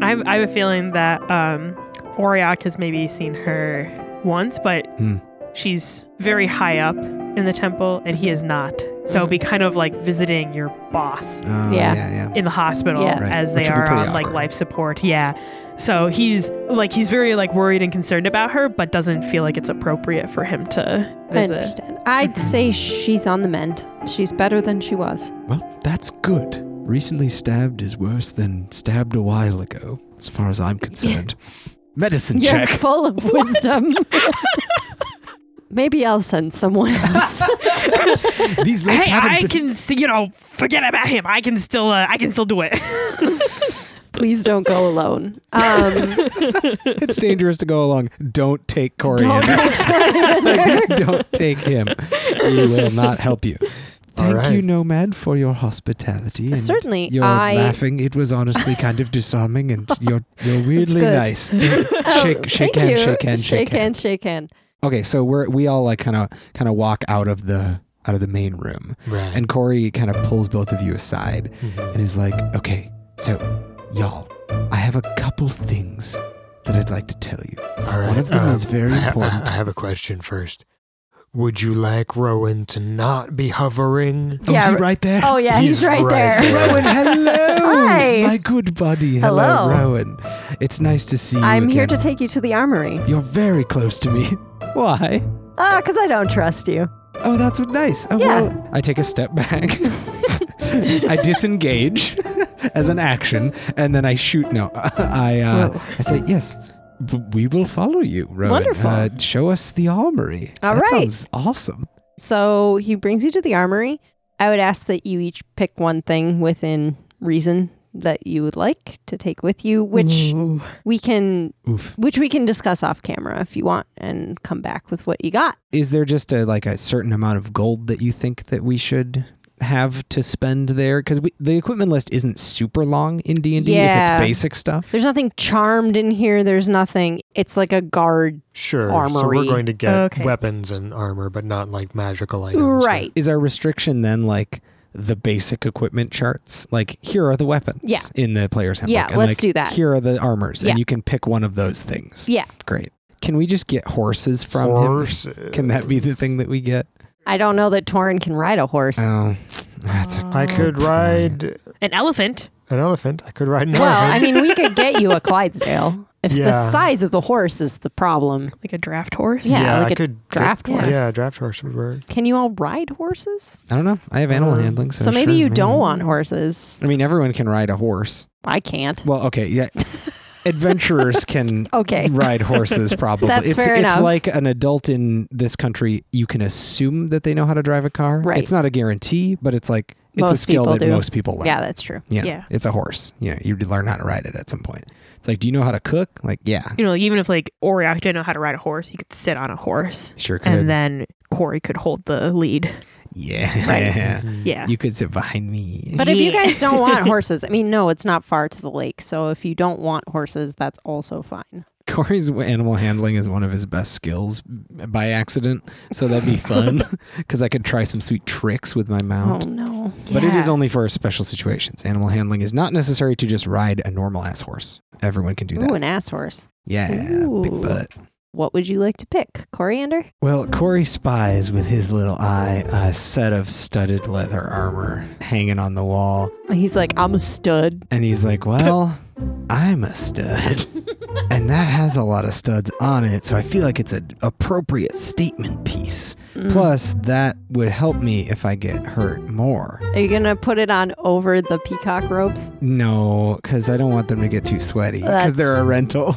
Speaker 2: I have, I have a feeling that um, Oriok has maybe seen her once, but
Speaker 4: Hmm.
Speaker 2: she's very high up in the temple, and he is not. So
Speaker 4: Mm-hmm.
Speaker 2: it'd be kind of like visiting your boss
Speaker 4: Oh,
Speaker 5: <laughs> Yeah.
Speaker 4: yeah,
Speaker 2: in the hospital
Speaker 5: Yeah.
Speaker 4: Right,
Speaker 2: as
Speaker 4: which
Speaker 2: they
Speaker 4: would be
Speaker 2: are
Speaker 4: pretty
Speaker 2: on like
Speaker 4: awkward.
Speaker 2: life support. Yeah. So he's like he's very like worried and concerned about her, but doesn't feel like it's appropriate for him to
Speaker 5: I
Speaker 2: visit.
Speaker 5: understand. I'd say she's on the mend. She's better than she was.
Speaker 4: Well, that's good. Recently stabbed is worse than stabbed a while ago, as far as I'm concerned. <laughs> Medicine <laughs>
Speaker 5: You're
Speaker 4: check.
Speaker 5: full of
Speaker 4: <laughs>
Speaker 5: wisdom. Maybe I'll send
Speaker 4: <laughs>
Speaker 5: someone else.
Speaker 4: These legs
Speaker 2: Hey,
Speaker 4: haven't
Speaker 2: I
Speaker 4: been.
Speaker 2: can see, you know, forget about him. I can still, uh, I can still do it.
Speaker 5: Please don't go alone. Um,
Speaker 4: <laughs> It's dangerous to go along. Don't take
Speaker 5: don't
Speaker 4: coriander. <laughs>
Speaker 5: take Coriander.
Speaker 4: Don't, take him. He will not help <laughs> you.
Speaker 3: All
Speaker 4: Thank you,
Speaker 3: right.
Speaker 4: Nomad, for your hospitality. and
Speaker 5: Certainly,
Speaker 4: Your
Speaker 5: I-
Speaker 4: laughing. It was honestly kind of disarming, <laughs> and you're you're weirdly <laughs>
Speaker 5: good.
Speaker 4: nice. shake, shake
Speaker 5: Oh, Thank
Speaker 4: hand,
Speaker 5: you.
Speaker 4: shake hand, Oh, shake hand.
Speaker 5: hand, shake hand.
Speaker 4: Okay, so we're we all like kind of kind of walk out of the out of the main room,
Speaker 3: Right.
Speaker 4: and Corey kind of pulls both of you aside
Speaker 3: Mhm.
Speaker 4: and is like, "Okay, so y'all, I have a couple things that I'd like to tell you. Oh,
Speaker 3: All right. um,
Speaker 4: One of them is very
Speaker 3: I ha-
Speaker 4: important.
Speaker 3: I have a question first. Would you like Rowan to not be hovering?
Speaker 4: Oh, is
Speaker 5: Yeah,
Speaker 4: he
Speaker 5: r-
Speaker 4: right there?
Speaker 5: Oh yeah, he's, right, there.
Speaker 4: <laughs> Rowan, hello,
Speaker 5: Hi.
Speaker 4: my good buddy. Hello,
Speaker 5: Hello.
Speaker 4: Rowan. It's nice to see you.
Speaker 5: I'm here to
Speaker 4: again.
Speaker 5: take you to the armory.
Speaker 4: You're very close to me. <laughs> Why?
Speaker 5: Ah, because I don't trust you.
Speaker 4: Oh, that's what, nice. Oh,
Speaker 5: Yeah.
Speaker 4: well, I take a step back. <laughs> I disengage <laughs> as an action, and then I shoot. No, <laughs> I uh,
Speaker 2: Whoa.
Speaker 4: I say yes. b- We will follow you, Rowan.
Speaker 5: Wonderful.
Speaker 4: Uh, show us the armory.
Speaker 5: All
Speaker 4: that
Speaker 5: right.
Speaker 4: sounds awesome.
Speaker 5: So he brings you to the armory. I would ask that you each pick one thing within reason that you would like to take with you, which we can
Speaker 4: Oof.
Speaker 5: which we can discuss off camera if you want and come back with what you got.
Speaker 4: Is there just a like a certain amount of gold that you think that we should have to spend there? Because the equipment list isn't super long in D and D. If it's
Speaker 5: Yeah.
Speaker 4: basic stuff.
Speaker 5: There's nothing charmed in here. There's nothing. It's like a guard.
Speaker 3: Sure. So
Speaker 5: Armory.
Speaker 3: we're going to get
Speaker 2: Okay.
Speaker 3: weapons and armor, but not like magical items. or-
Speaker 5: Right.
Speaker 4: Is our restriction then like the basic equipment charts? Like here are the weapons
Speaker 5: Yeah.
Speaker 4: in the player's handbook.
Speaker 5: Yeah,
Speaker 4: and,
Speaker 5: let's
Speaker 4: like,
Speaker 5: do that.
Speaker 4: Here are the armors,
Speaker 5: Yeah.
Speaker 4: and you can pick one of those things.
Speaker 5: Yeah.
Speaker 4: Great. Can we just get horses from him?
Speaker 3: Horses.
Speaker 4: Can that be the thing that we get?
Speaker 5: I don't know that Torin can ride a horse.
Speaker 4: Oh, that's a
Speaker 5: Oh,
Speaker 3: I could ride
Speaker 2: An elephant.
Speaker 3: an elephant. I could ride an
Speaker 5: well, I
Speaker 3: elephant.
Speaker 5: mean, we could get you
Speaker 4: <laughs>
Speaker 5: a Clydesdale if the
Speaker 3: Yeah.
Speaker 5: size of the horse is the problem.
Speaker 2: like a draft horse.
Speaker 5: Yeah,
Speaker 3: Yeah,
Speaker 5: like
Speaker 3: I
Speaker 5: a
Speaker 3: could-
Speaker 5: draft
Speaker 2: could-
Speaker 5: horse.
Speaker 3: yeah, draft horse would work.
Speaker 5: Can you all ride horses?
Speaker 4: I don't know. I have animal
Speaker 3: Uh,
Speaker 4: handling, so,
Speaker 5: So maybe
Speaker 4: sure,
Speaker 5: you don't want horses.
Speaker 4: I mean, everyone can ride a horse.
Speaker 5: I can't.
Speaker 4: Well, okay, yeah.
Speaker 5: <laughs>
Speaker 4: Adventurers can
Speaker 5: Okay.
Speaker 4: ride horses probably.
Speaker 5: That's
Speaker 4: it's
Speaker 5: fair
Speaker 4: it's
Speaker 5: enough.
Speaker 4: like an adult in this country, you can assume that they know how to drive a car.
Speaker 5: Right.
Speaker 4: It's not a guarantee, but it's like it's a
Speaker 5: Most
Speaker 4: skill
Speaker 5: people
Speaker 4: that
Speaker 5: do.
Speaker 4: most people learn.
Speaker 5: Yeah,
Speaker 4: <laughs>
Speaker 5: that's true.
Speaker 4: Yeah.
Speaker 2: Yeah.
Speaker 4: It's a horse. You know, you learn how to ride it at some point. It's like, do you know how to cook? Like, yeah.
Speaker 2: You know, like even if like Oriok didn't know how to ride a horse, he could sit on a horse,
Speaker 4: Sure could.
Speaker 2: and then Corey could hold the lead. <laughs>
Speaker 4: yeah. <laughs>
Speaker 2: Yeah.
Speaker 4: Mm, You could sit behind me.
Speaker 5: But if you
Speaker 2: Yeah.
Speaker 5: guys don't want horses, I mean, no, it's not far to the lake. So if you don't want horses, that's also fine.
Speaker 4: Corey's animal handling is one of his best skills by accident. So that'd be
Speaker 5: <laughs>
Speaker 4: fun <laughs> because I could try some sweet tricks with my
Speaker 5: Oh,
Speaker 4: mount.
Speaker 5: no.
Speaker 4: But it is
Speaker 2: Yeah.
Speaker 4: only for special situations. Animal handling is not necessary to just ride a normal ass horse. Everyone can do that.
Speaker 5: Ooh, an ass horse.
Speaker 4: yeah, big
Speaker 2: Ooh.
Speaker 4: butt.
Speaker 5: What would you like to pick? Coriander?
Speaker 4: Well, Corey spies with his little eye a set of studded leather armor hanging on the wall,
Speaker 5: He's like, I'm a stud.
Speaker 4: and he's like, "Well, I'm
Speaker 2: <laughs>
Speaker 4: a stud, and that has a lot of studs on it, so I feel like it's an appropriate statement piece.
Speaker 2: Mm.
Speaker 4: Plus, that would help me if I get hurt more."
Speaker 5: Are you going to put it on over the peacock ropes?
Speaker 4: No, because I don't want them to get too sweaty because they're a
Speaker 5: That's-
Speaker 4: rental.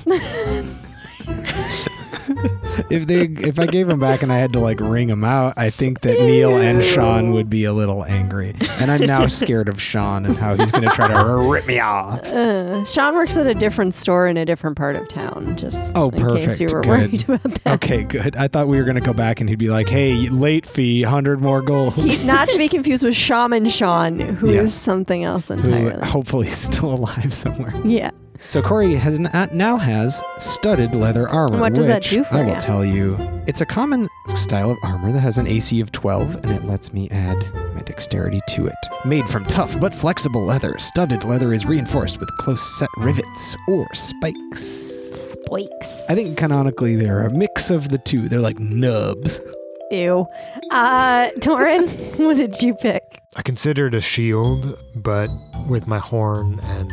Speaker 4: <laughs> if they if I gave them back and I had to like ring them out, I think that Neil and Sean would be a little angry. And I'm now scared of Sean and how he's going to try to rip me off.
Speaker 5: Uh, Sean works at a different store in a different part of town, just
Speaker 4: Oh,
Speaker 5: in case you
Speaker 4: perfect.
Speaker 5: were
Speaker 4: Good.
Speaker 5: worried about that.
Speaker 4: Okay, good. I thought we were going to go back and he'd be like, "Hey, late fee, 100 more gold."
Speaker 5: He- not to be confused with Shaman Sean, who is
Speaker 4: Yes.
Speaker 5: something else
Speaker 4: Who
Speaker 5: entirely.
Speaker 4: hopefully is still alive somewhere.
Speaker 5: Yeah.
Speaker 4: So Corey has not, now has studded leather armor.
Speaker 5: And what does that
Speaker 4: which
Speaker 5: do for
Speaker 4: I will
Speaker 5: you?
Speaker 4: tell you. It's a common style of armor that has an AC of 12, and it lets me add my dexterity to it. Made from tough but flexible leather, studded leather is reinforced with close-set rivets or spikes.
Speaker 5: Spoiks.
Speaker 4: I think canonically they're a mix of the two. They're like nubs.
Speaker 5: Ew. Uh, Torin, <laughs> what did you pick?
Speaker 3: I considered a shield, but with my horn and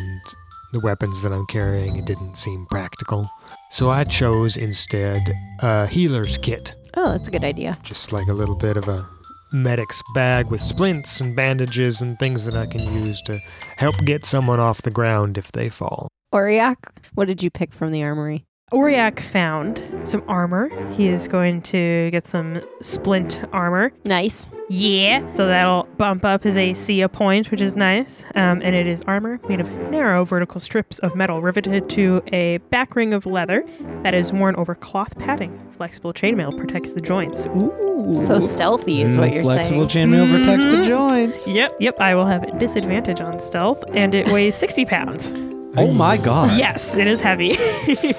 Speaker 3: the weapons that I'm carrying, it didn't seem practical. So I chose instead a healer's kit,
Speaker 5: Oh, that's a good idea.
Speaker 3: just like a little bit of a medic's bag with splints and bandages and things that I can use to help get someone off the ground if they fall.
Speaker 5: Oriac, what did you pick from the armory?
Speaker 2: Oriac found some armor. He is going to get some splint armor.
Speaker 5: Nice.
Speaker 2: Yeah. So that'll bump up his AC a point, which is nice. Um, and it is armor made of narrow vertical strips of metal riveted to a back ring of leather that is worn over cloth padding. Flexible chainmail protects the joints. Ooh.
Speaker 5: So stealthy is what you're
Speaker 4: Mm-hmm. Mm, Flexible
Speaker 5: saying. Mm-hmm.
Speaker 4: chainmail protects the
Speaker 2: Mhm.
Speaker 4: joints.
Speaker 2: Yep, yep. I will have disadvantage on stealth, and it weighs 60 pounds.
Speaker 4: Oh my
Speaker 5: <laughs>
Speaker 4: god.
Speaker 2: Yes, it is heavy. <laughs>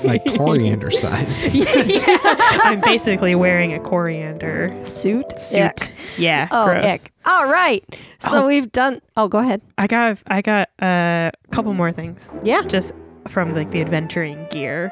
Speaker 4: Like coriander
Speaker 5: <laughs>
Speaker 4: size.
Speaker 2: I'm basically wearing a coriander
Speaker 5: Suit.
Speaker 2: suit.
Speaker 5: Ick.
Speaker 2: Yeah.
Speaker 5: Oh,
Speaker 2: gross.
Speaker 5: ick. All right. So we've done. Oh, go ahead.
Speaker 2: I got I got uh, a couple more things
Speaker 5: Yeah. Mm-hmm.
Speaker 2: just from like the adventuring gear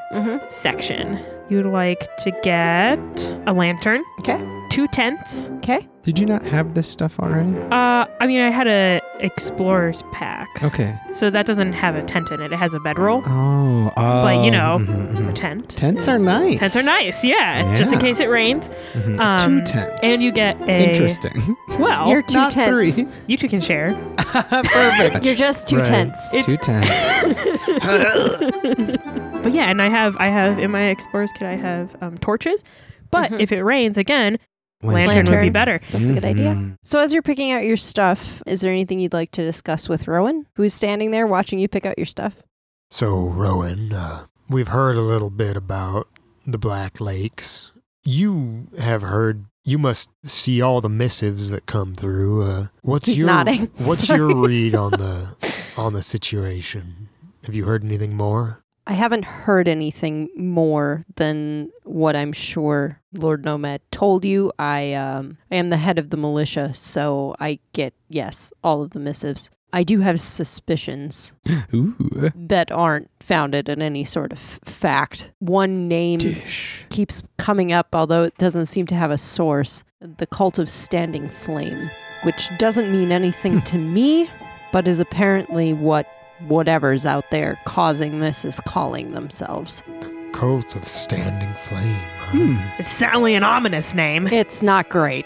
Speaker 2: section. You'd like to get a lantern,
Speaker 5: Okay.
Speaker 2: two tents.
Speaker 5: Okay.
Speaker 4: Did you not have this stuff already?
Speaker 2: Uh, I mean, I had a explorer's pack,
Speaker 4: Okay.
Speaker 2: so that doesn't have a tent in it. It has a bedroll,
Speaker 4: Oh,
Speaker 2: but you know,
Speaker 4: mhm,
Speaker 2: a
Speaker 4: mhm.
Speaker 2: tent.
Speaker 4: Tents are nice.
Speaker 2: Tents are nice, yeah. Just in
Speaker 4: Yeah.
Speaker 2: case it rains.
Speaker 4: Mhm.
Speaker 2: Um,
Speaker 4: Two tents.
Speaker 2: And you get a
Speaker 4: Interesting.
Speaker 2: Well,
Speaker 5: You're two
Speaker 4: Not
Speaker 5: tents.
Speaker 4: three. <laughs>
Speaker 2: you two can <laughs> share.
Speaker 4: Perfect.
Speaker 5: You're just two
Speaker 3: Right.
Speaker 5: tents.
Speaker 2: It's,
Speaker 4: two tents.
Speaker 2: <laughs> but yeah, and I have I have in my explorer's kit I have um, torches, but if it rains again, Mm-hmm. lantern, would be
Speaker 5: Lantern.
Speaker 2: better.
Speaker 5: That's a good idea.
Speaker 4: Mhm.
Speaker 5: So as you're picking out your stuff, is there anything you'd like to discuss with Rowan, who's standing there watching you pick out your stuff?
Speaker 3: So, Rowan, uh, we've heard a little bit about the Black Lakes. You have heard. You must see all the missives that come through. Uh, what's
Speaker 5: He's
Speaker 3: your
Speaker 5: nodding. <laughs>
Speaker 3: What's
Speaker 5: Sorry.
Speaker 3: your read on the on the situation? Have you heard anything more?
Speaker 5: I haven't heard anything more than what I'm sure Lord Nomad told you. I um, I am the head of the militia, so I get yes all of the missives. I do have suspicions
Speaker 2: Mm.
Speaker 4: Ooh.
Speaker 5: that aren't founded in any sort of f- fact. One name
Speaker 4: Dish.
Speaker 5: keeps coming up, although it doesn't seem to have a source. The cult of standing flame, which doesn't mean anything to me, but is apparently what whatever's out there causing this is calling themselves.
Speaker 3: Cult of Standing Flame. huh?
Speaker 4: Hmm.
Speaker 2: It's certainly an ominous name.
Speaker 5: It's not great.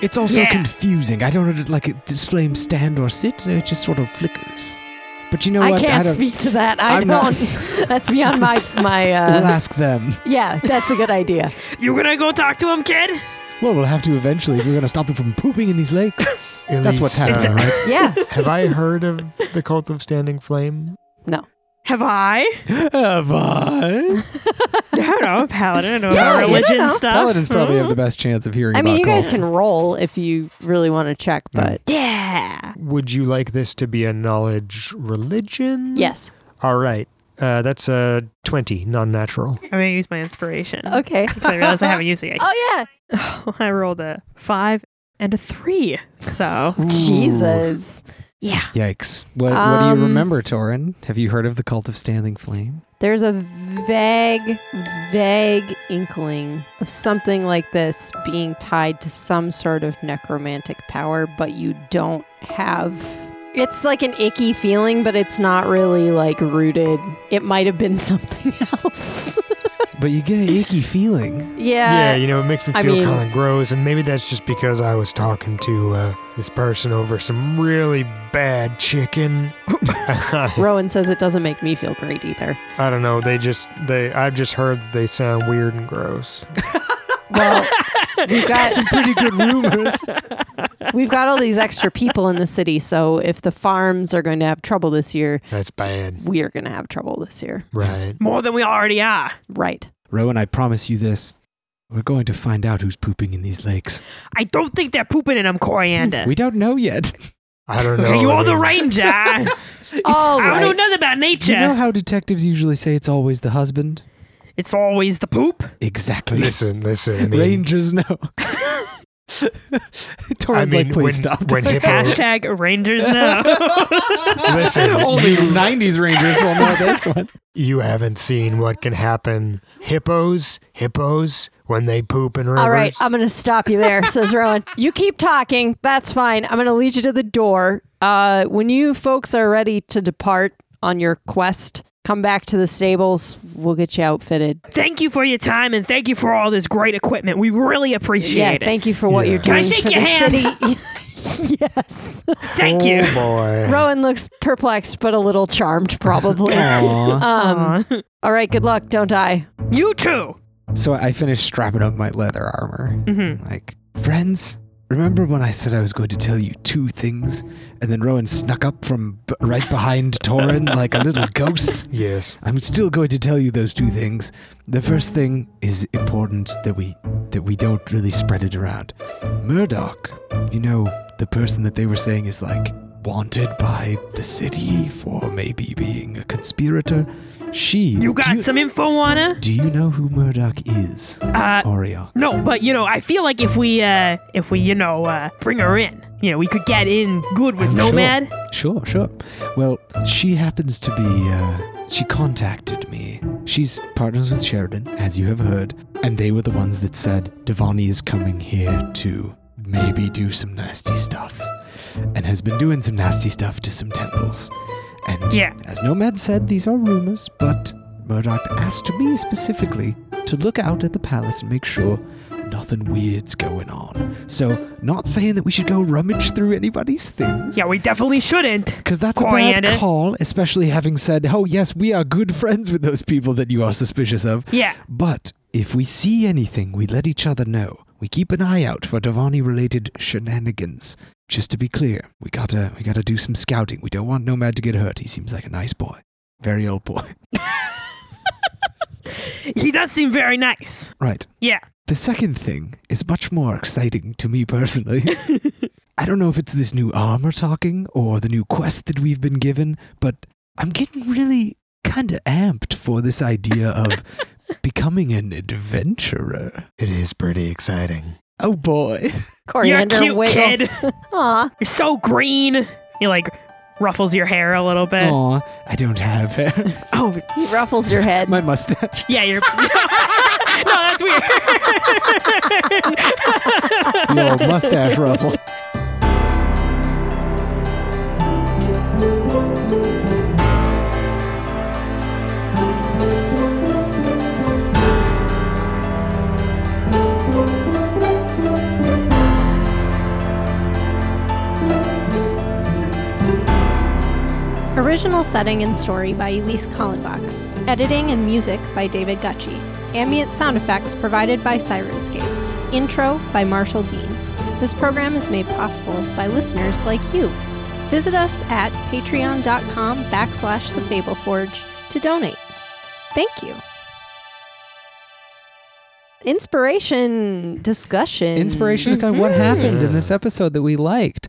Speaker 4: It's also
Speaker 2: Yeah.
Speaker 4: confusing. I don't know, like, it- does flame stand or sit? It just sort of flickers. But you know
Speaker 5: I
Speaker 4: what?
Speaker 5: can't
Speaker 4: don't-
Speaker 5: speak to that. I
Speaker 4: I'm
Speaker 5: don't.
Speaker 4: not-
Speaker 5: that's beyond my
Speaker 4: <laughs>
Speaker 5: my.
Speaker 4: We'll
Speaker 5: Uh,
Speaker 4: ask them.
Speaker 5: yeah, that's a good
Speaker 4: <laughs>
Speaker 5: idea.
Speaker 2: You gonna go talk to him, kid?
Speaker 4: Well, we'll have to eventually. We're going to stop them from pooping in these
Speaker 5: <laughs>
Speaker 4: lakes. That's what's
Speaker 3: Elise,
Speaker 2: <laughs>
Speaker 4: happening,
Speaker 3: uh,
Speaker 4: right?
Speaker 5: Yeah,
Speaker 3: <laughs> have I heard of the Cult of Standing Flame?
Speaker 2: Have I?
Speaker 4: Have I?
Speaker 2: <laughs> I don't know, a paladin or
Speaker 5: Yeah, I don't
Speaker 2: religion
Speaker 5: know.
Speaker 2: stuff.
Speaker 4: Paladins probably have the
Speaker 2: Huh?
Speaker 4: best chance of hearing
Speaker 5: I mean,
Speaker 4: about
Speaker 5: you guys <laughs>
Speaker 4: cults.
Speaker 5: can roll if you really want to check, but
Speaker 2: Mm-hmm. Yeah.
Speaker 3: Would you like this to be a knowledge religion?
Speaker 5: yes.
Speaker 3: All right. Uh, that's a twenty, non-natural.
Speaker 2: I'm gonna use my inspiration.
Speaker 5: Okay.
Speaker 2: 'Cause I realize I haven't used <laughs> it yet.
Speaker 5: Oh yeah.
Speaker 2: <laughs> I rolled a five and a three. So
Speaker 5: Jesus.
Speaker 2: yeah.
Speaker 4: Yikes. What, what do
Speaker 5: Um,
Speaker 4: you remember, Torin? Have you heard of the cult of standing flame?
Speaker 5: There's a vague, vague inkling of something like this being tied to some sort of necromantic power, but you don't have. It's like an icky <laughs> feeling, but it's not really like rooted. It might have been something else. <laughs>
Speaker 4: but you get an icky feeling.
Speaker 3: yeah,
Speaker 5: Yeah.
Speaker 3: you know, it makes me
Speaker 5: I
Speaker 3: feel
Speaker 5: mean-
Speaker 3: kind of gross, and maybe that's just because I was talking to uh, this person over some really bad
Speaker 5: <laughs>
Speaker 3: chicken. <laughs>
Speaker 5: Rowan says it doesn't make me feel great either.
Speaker 3: I don't know. They just they. I've just heard that they sound weird and gross.
Speaker 5: <laughs> Well, we've got
Speaker 4: Pretty good
Speaker 5: <laughs>
Speaker 4: rumors.
Speaker 5: we've got all these extra people in the city, so if the farms are going to have trouble this year,
Speaker 3: That's bad,
Speaker 5: we are going to have trouble this year.
Speaker 3: right?
Speaker 2: More than we already are.
Speaker 5: Right.
Speaker 4: Rowan, I promise you this. We're going to find out who's pooping in these lakes.
Speaker 2: I don't think they're pooping in them, Coriander.
Speaker 4: We don't know yet. <laughs>
Speaker 3: I don't know.
Speaker 2: You're the
Speaker 3: I mean,
Speaker 2: ranger. I
Speaker 5: all
Speaker 2: don't know
Speaker 5: right.
Speaker 2: nothing about nature.
Speaker 4: You know how detectives usually say it's always the husband?
Speaker 2: it's always the
Speaker 4: <laughs>
Speaker 2: poop.
Speaker 4: Exactly.
Speaker 3: Listen, listen.
Speaker 4: <laughs>
Speaker 3: I mean,
Speaker 4: Rangers know.
Speaker 3: <laughs> I
Speaker 4: Torrin's
Speaker 3: mean,
Speaker 4: like, please
Speaker 3: when,
Speaker 4: stop.
Speaker 3: when
Speaker 4: <laughs>
Speaker 3: hippo,
Speaker 2: Hashtag rangers know. <laughs>
Speaker 3: listen,
Speaker 5: <laughs>
Speaker 4: Only 90s Rangers will know this one.
Speaker 3: you haven't seen what can happen. Hippos, hippos, when they poop in rivers.
Speaker 5: All right, I'm going to stop you there, <laughs> says Rowan. You keep talking. That's fine. I'm going to lead you to the door. Uh, when you folks are ready to depart on your quest, come back to the stables. We'll get you outfitted.
Speaker 2: thank you for your time and thank you for all this great equipment. We really appreciate
Speaker 5: yeah,
Speaker 2: it.
Speaker 5: thank you for what
Speaker 3: Yeah.
Speaker 5: you're doing.
Speaker 2: Can I shake
Speaker 5: for
Speaker 2: your
Speaker 5: the
Speaker 2: hand? <laughs>
Speaker 5: City. <laughs> yes.
Speaker 2: Thank you.
Speaker 3: Oh boy.
Speaker 5: Rowan looks perplexed, but a little charmed, probably. <laughs> Um,
Speaker 4: Oh.
Speaker 2: Aw.
Speaker 5: all right, good luck. Don't die.
Speaker 2: <laughs> You too.
Speaker 4: So I finished strapping up my leather armor.
Speaker 2: hmm
Speaker 4: Like, friends, remember when I said I was going to tell you two things? And then Rowan snuck up from b- right behind
Speaker 2: <laughs>
Speaker 4: Torin like a little ghost?
Speaker 3: Yes.
Speaker 4: I'm still going to tell you those two things. The first thing is important that we that we don't really spread it around. Murdoch, you know, the person that they were saying is like wanted by the city for maybe being a conspirator. She
Speaker 2: You got
Speaker 4: do you,
Speaker 2: some info on her?
Speaker 4: Do you know who Murdoch is?
Speaker 2: Uh,
Speaker 4: Oriok.
Speaker 2: no, but you know, I feel like if we, uh, if we, you know, uh, bring her in, you know, we could get in good with
Speaker 4: I'm sure.
Speaker 2: Nomad.
Speaker 4: Sure, sure. Well, she happens to be, uh, she contacted me. She's partners with Sheridan, as you have heard, and they were the ones that said Devani is coming here to maybe do some nasty stuff, and has been doing some nasty stuff to some temples. And
Speaker 2: Yeah.
Speaker 4: as Nomad said, these are rumors, but Murdoch asked me specifically to look out at the palace and make sure nothing weird's going on. So, not saying that we should go rummage through anybody's things.
Speaker 2: Yeah, we definitely shouldn't.
Speaker 4: Because that's a
Speaker 2: Coriander.
Speaker 4: bad call, especially having said, oh, yes, we are good <laughs> friends with those people that you are suspicious of.
Speaker 2: Yeah.
Speaker 4: But if we see anything, we let each other know. We keep an eye out for Davani related shenanigans. Just to be clear, we gotta we gotta do some scouting. We don't want Nomad to get hurt. He seems like a nice boy. Very old boy.
Speaker 2: He does seem very nice.
Speaker 4: Right.
Speaker 2: Yeah.
Speaker 4: The second thing is much more exciting to me personally. I don't know if it's this new armor talking or the new quest that we've been given, but I'm getting really kind of amped for this idea of becoming an adventurer.
Speaker 3: It is pretty exciting.
Speaker 4: Oh boy.
Speaker 5: Coriander
Speaker 2: cute kid.
Speaker 5: wiggles. <laughs> Aw.
Speaker 2: You're so green. He like ruffles your hair a little bit.
Speaker 4: Aw, I don't have hair.
Speaker 2: Oh,
Speaker 5: He ruffles your head.
Speaker 4: My mustache.
Speaker 2: yeah, you're. <laughs> no, that's weird.
Speaker 4: Your mustache ruffle.
Speaker 5: Original setting and story by Elise Kallenbach. Editing and music by David Gucci. Ambient sound effects provided by Sirenscape. Intro by Marshall Dean. This program is made possible by listeners like you. Visit us at patreon.com backslash the Fable Forge to donate. Thank you. Inspiration discussion.
Speaker 4: Inspiration on what happened in this episode that we liked.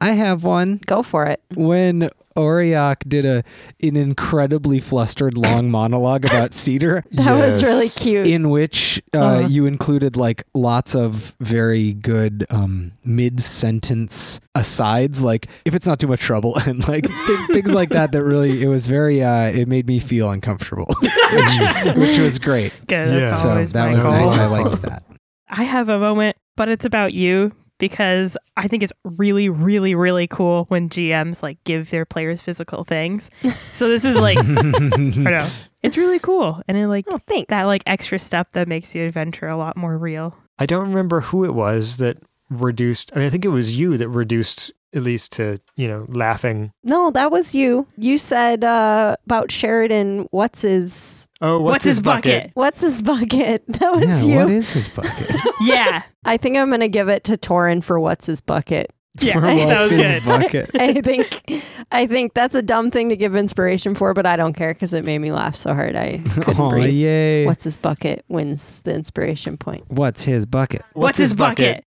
Speaker 4: I have one.
Speaker 5: Go for it.
Speaker 4: when Oriok did a an incredibly flustered long monologue about cedar
Speaker 5: That
Speaker 3: Yes.
Speaker 5: was really cute.
Speaker 4: in which uh,
Speaker 2: Uh-huh.
Speaker 4: you included like lots of very good um, mid-sentence asides like if it's not too much trouble <laughs> and like th- things like that that really it was very uh, it made me feel uncomfortable <laughs> which, which was great
Speaker 2: Good.
Speaker 3: Yeah.
Speaker 2: That's
Speaker 3: So
Speaker 4: so
Speaker 2: always
Speaker 4: that
Speaker 2: my
Speaker 4: was
Speaker 3: goal.
Speaker 2: goal.
Speaker 4: nice i liked that
Speaker 2: I have a moment, but it's about you because I think it's really, really, really cool
Speaker 4: <laughs>
Speaker 2: when GMs like give their players physical things. So this is like, I don't know, It's really cool, and it like
Speaker 5: Oh, thanks.
Speaker 2: that like extra step that makes the adventure a lot more real.
Speaker 3: I don't remember who it was that reduced. I mean, I think it was you that reduced at least to you know laughing.
Speaker 5: no, that was you. You said uh, about Sheridan. What's his
Speaker 3: Oh, what's, his bucket?
Speaker 5: What's his bucket? <laughs> That was
Speaker 4: Yeah,
Speaker 5: you.
Speaker 4: what is his bucket?
Speaker 2: yeah,
Speaker 5: I think I'm gonna give it to Torin for what's his bucket.
Speaker 2: yeah, <laughs>
Speaker 4: For
Speaker 2: that was
Speaker 4: what's his
Speaker 2: good.
Speaker 4: bucket? <laughs>
Speaker 5: I think I think that's a dumb thing to give inspiration for, but I don't care because it made me laugh so
Speaker 4: <laughs>
Speaker 5: hard I <laughs> couldn't
Speaker 4: Aw,
Speaker 5: breathe.
Speaker 4: yay.
Speaker 5: What's his bucket wins the inspiration point.
Speaker 4: What's his bucket?
Speaker 2: <laughs> What's his bucket?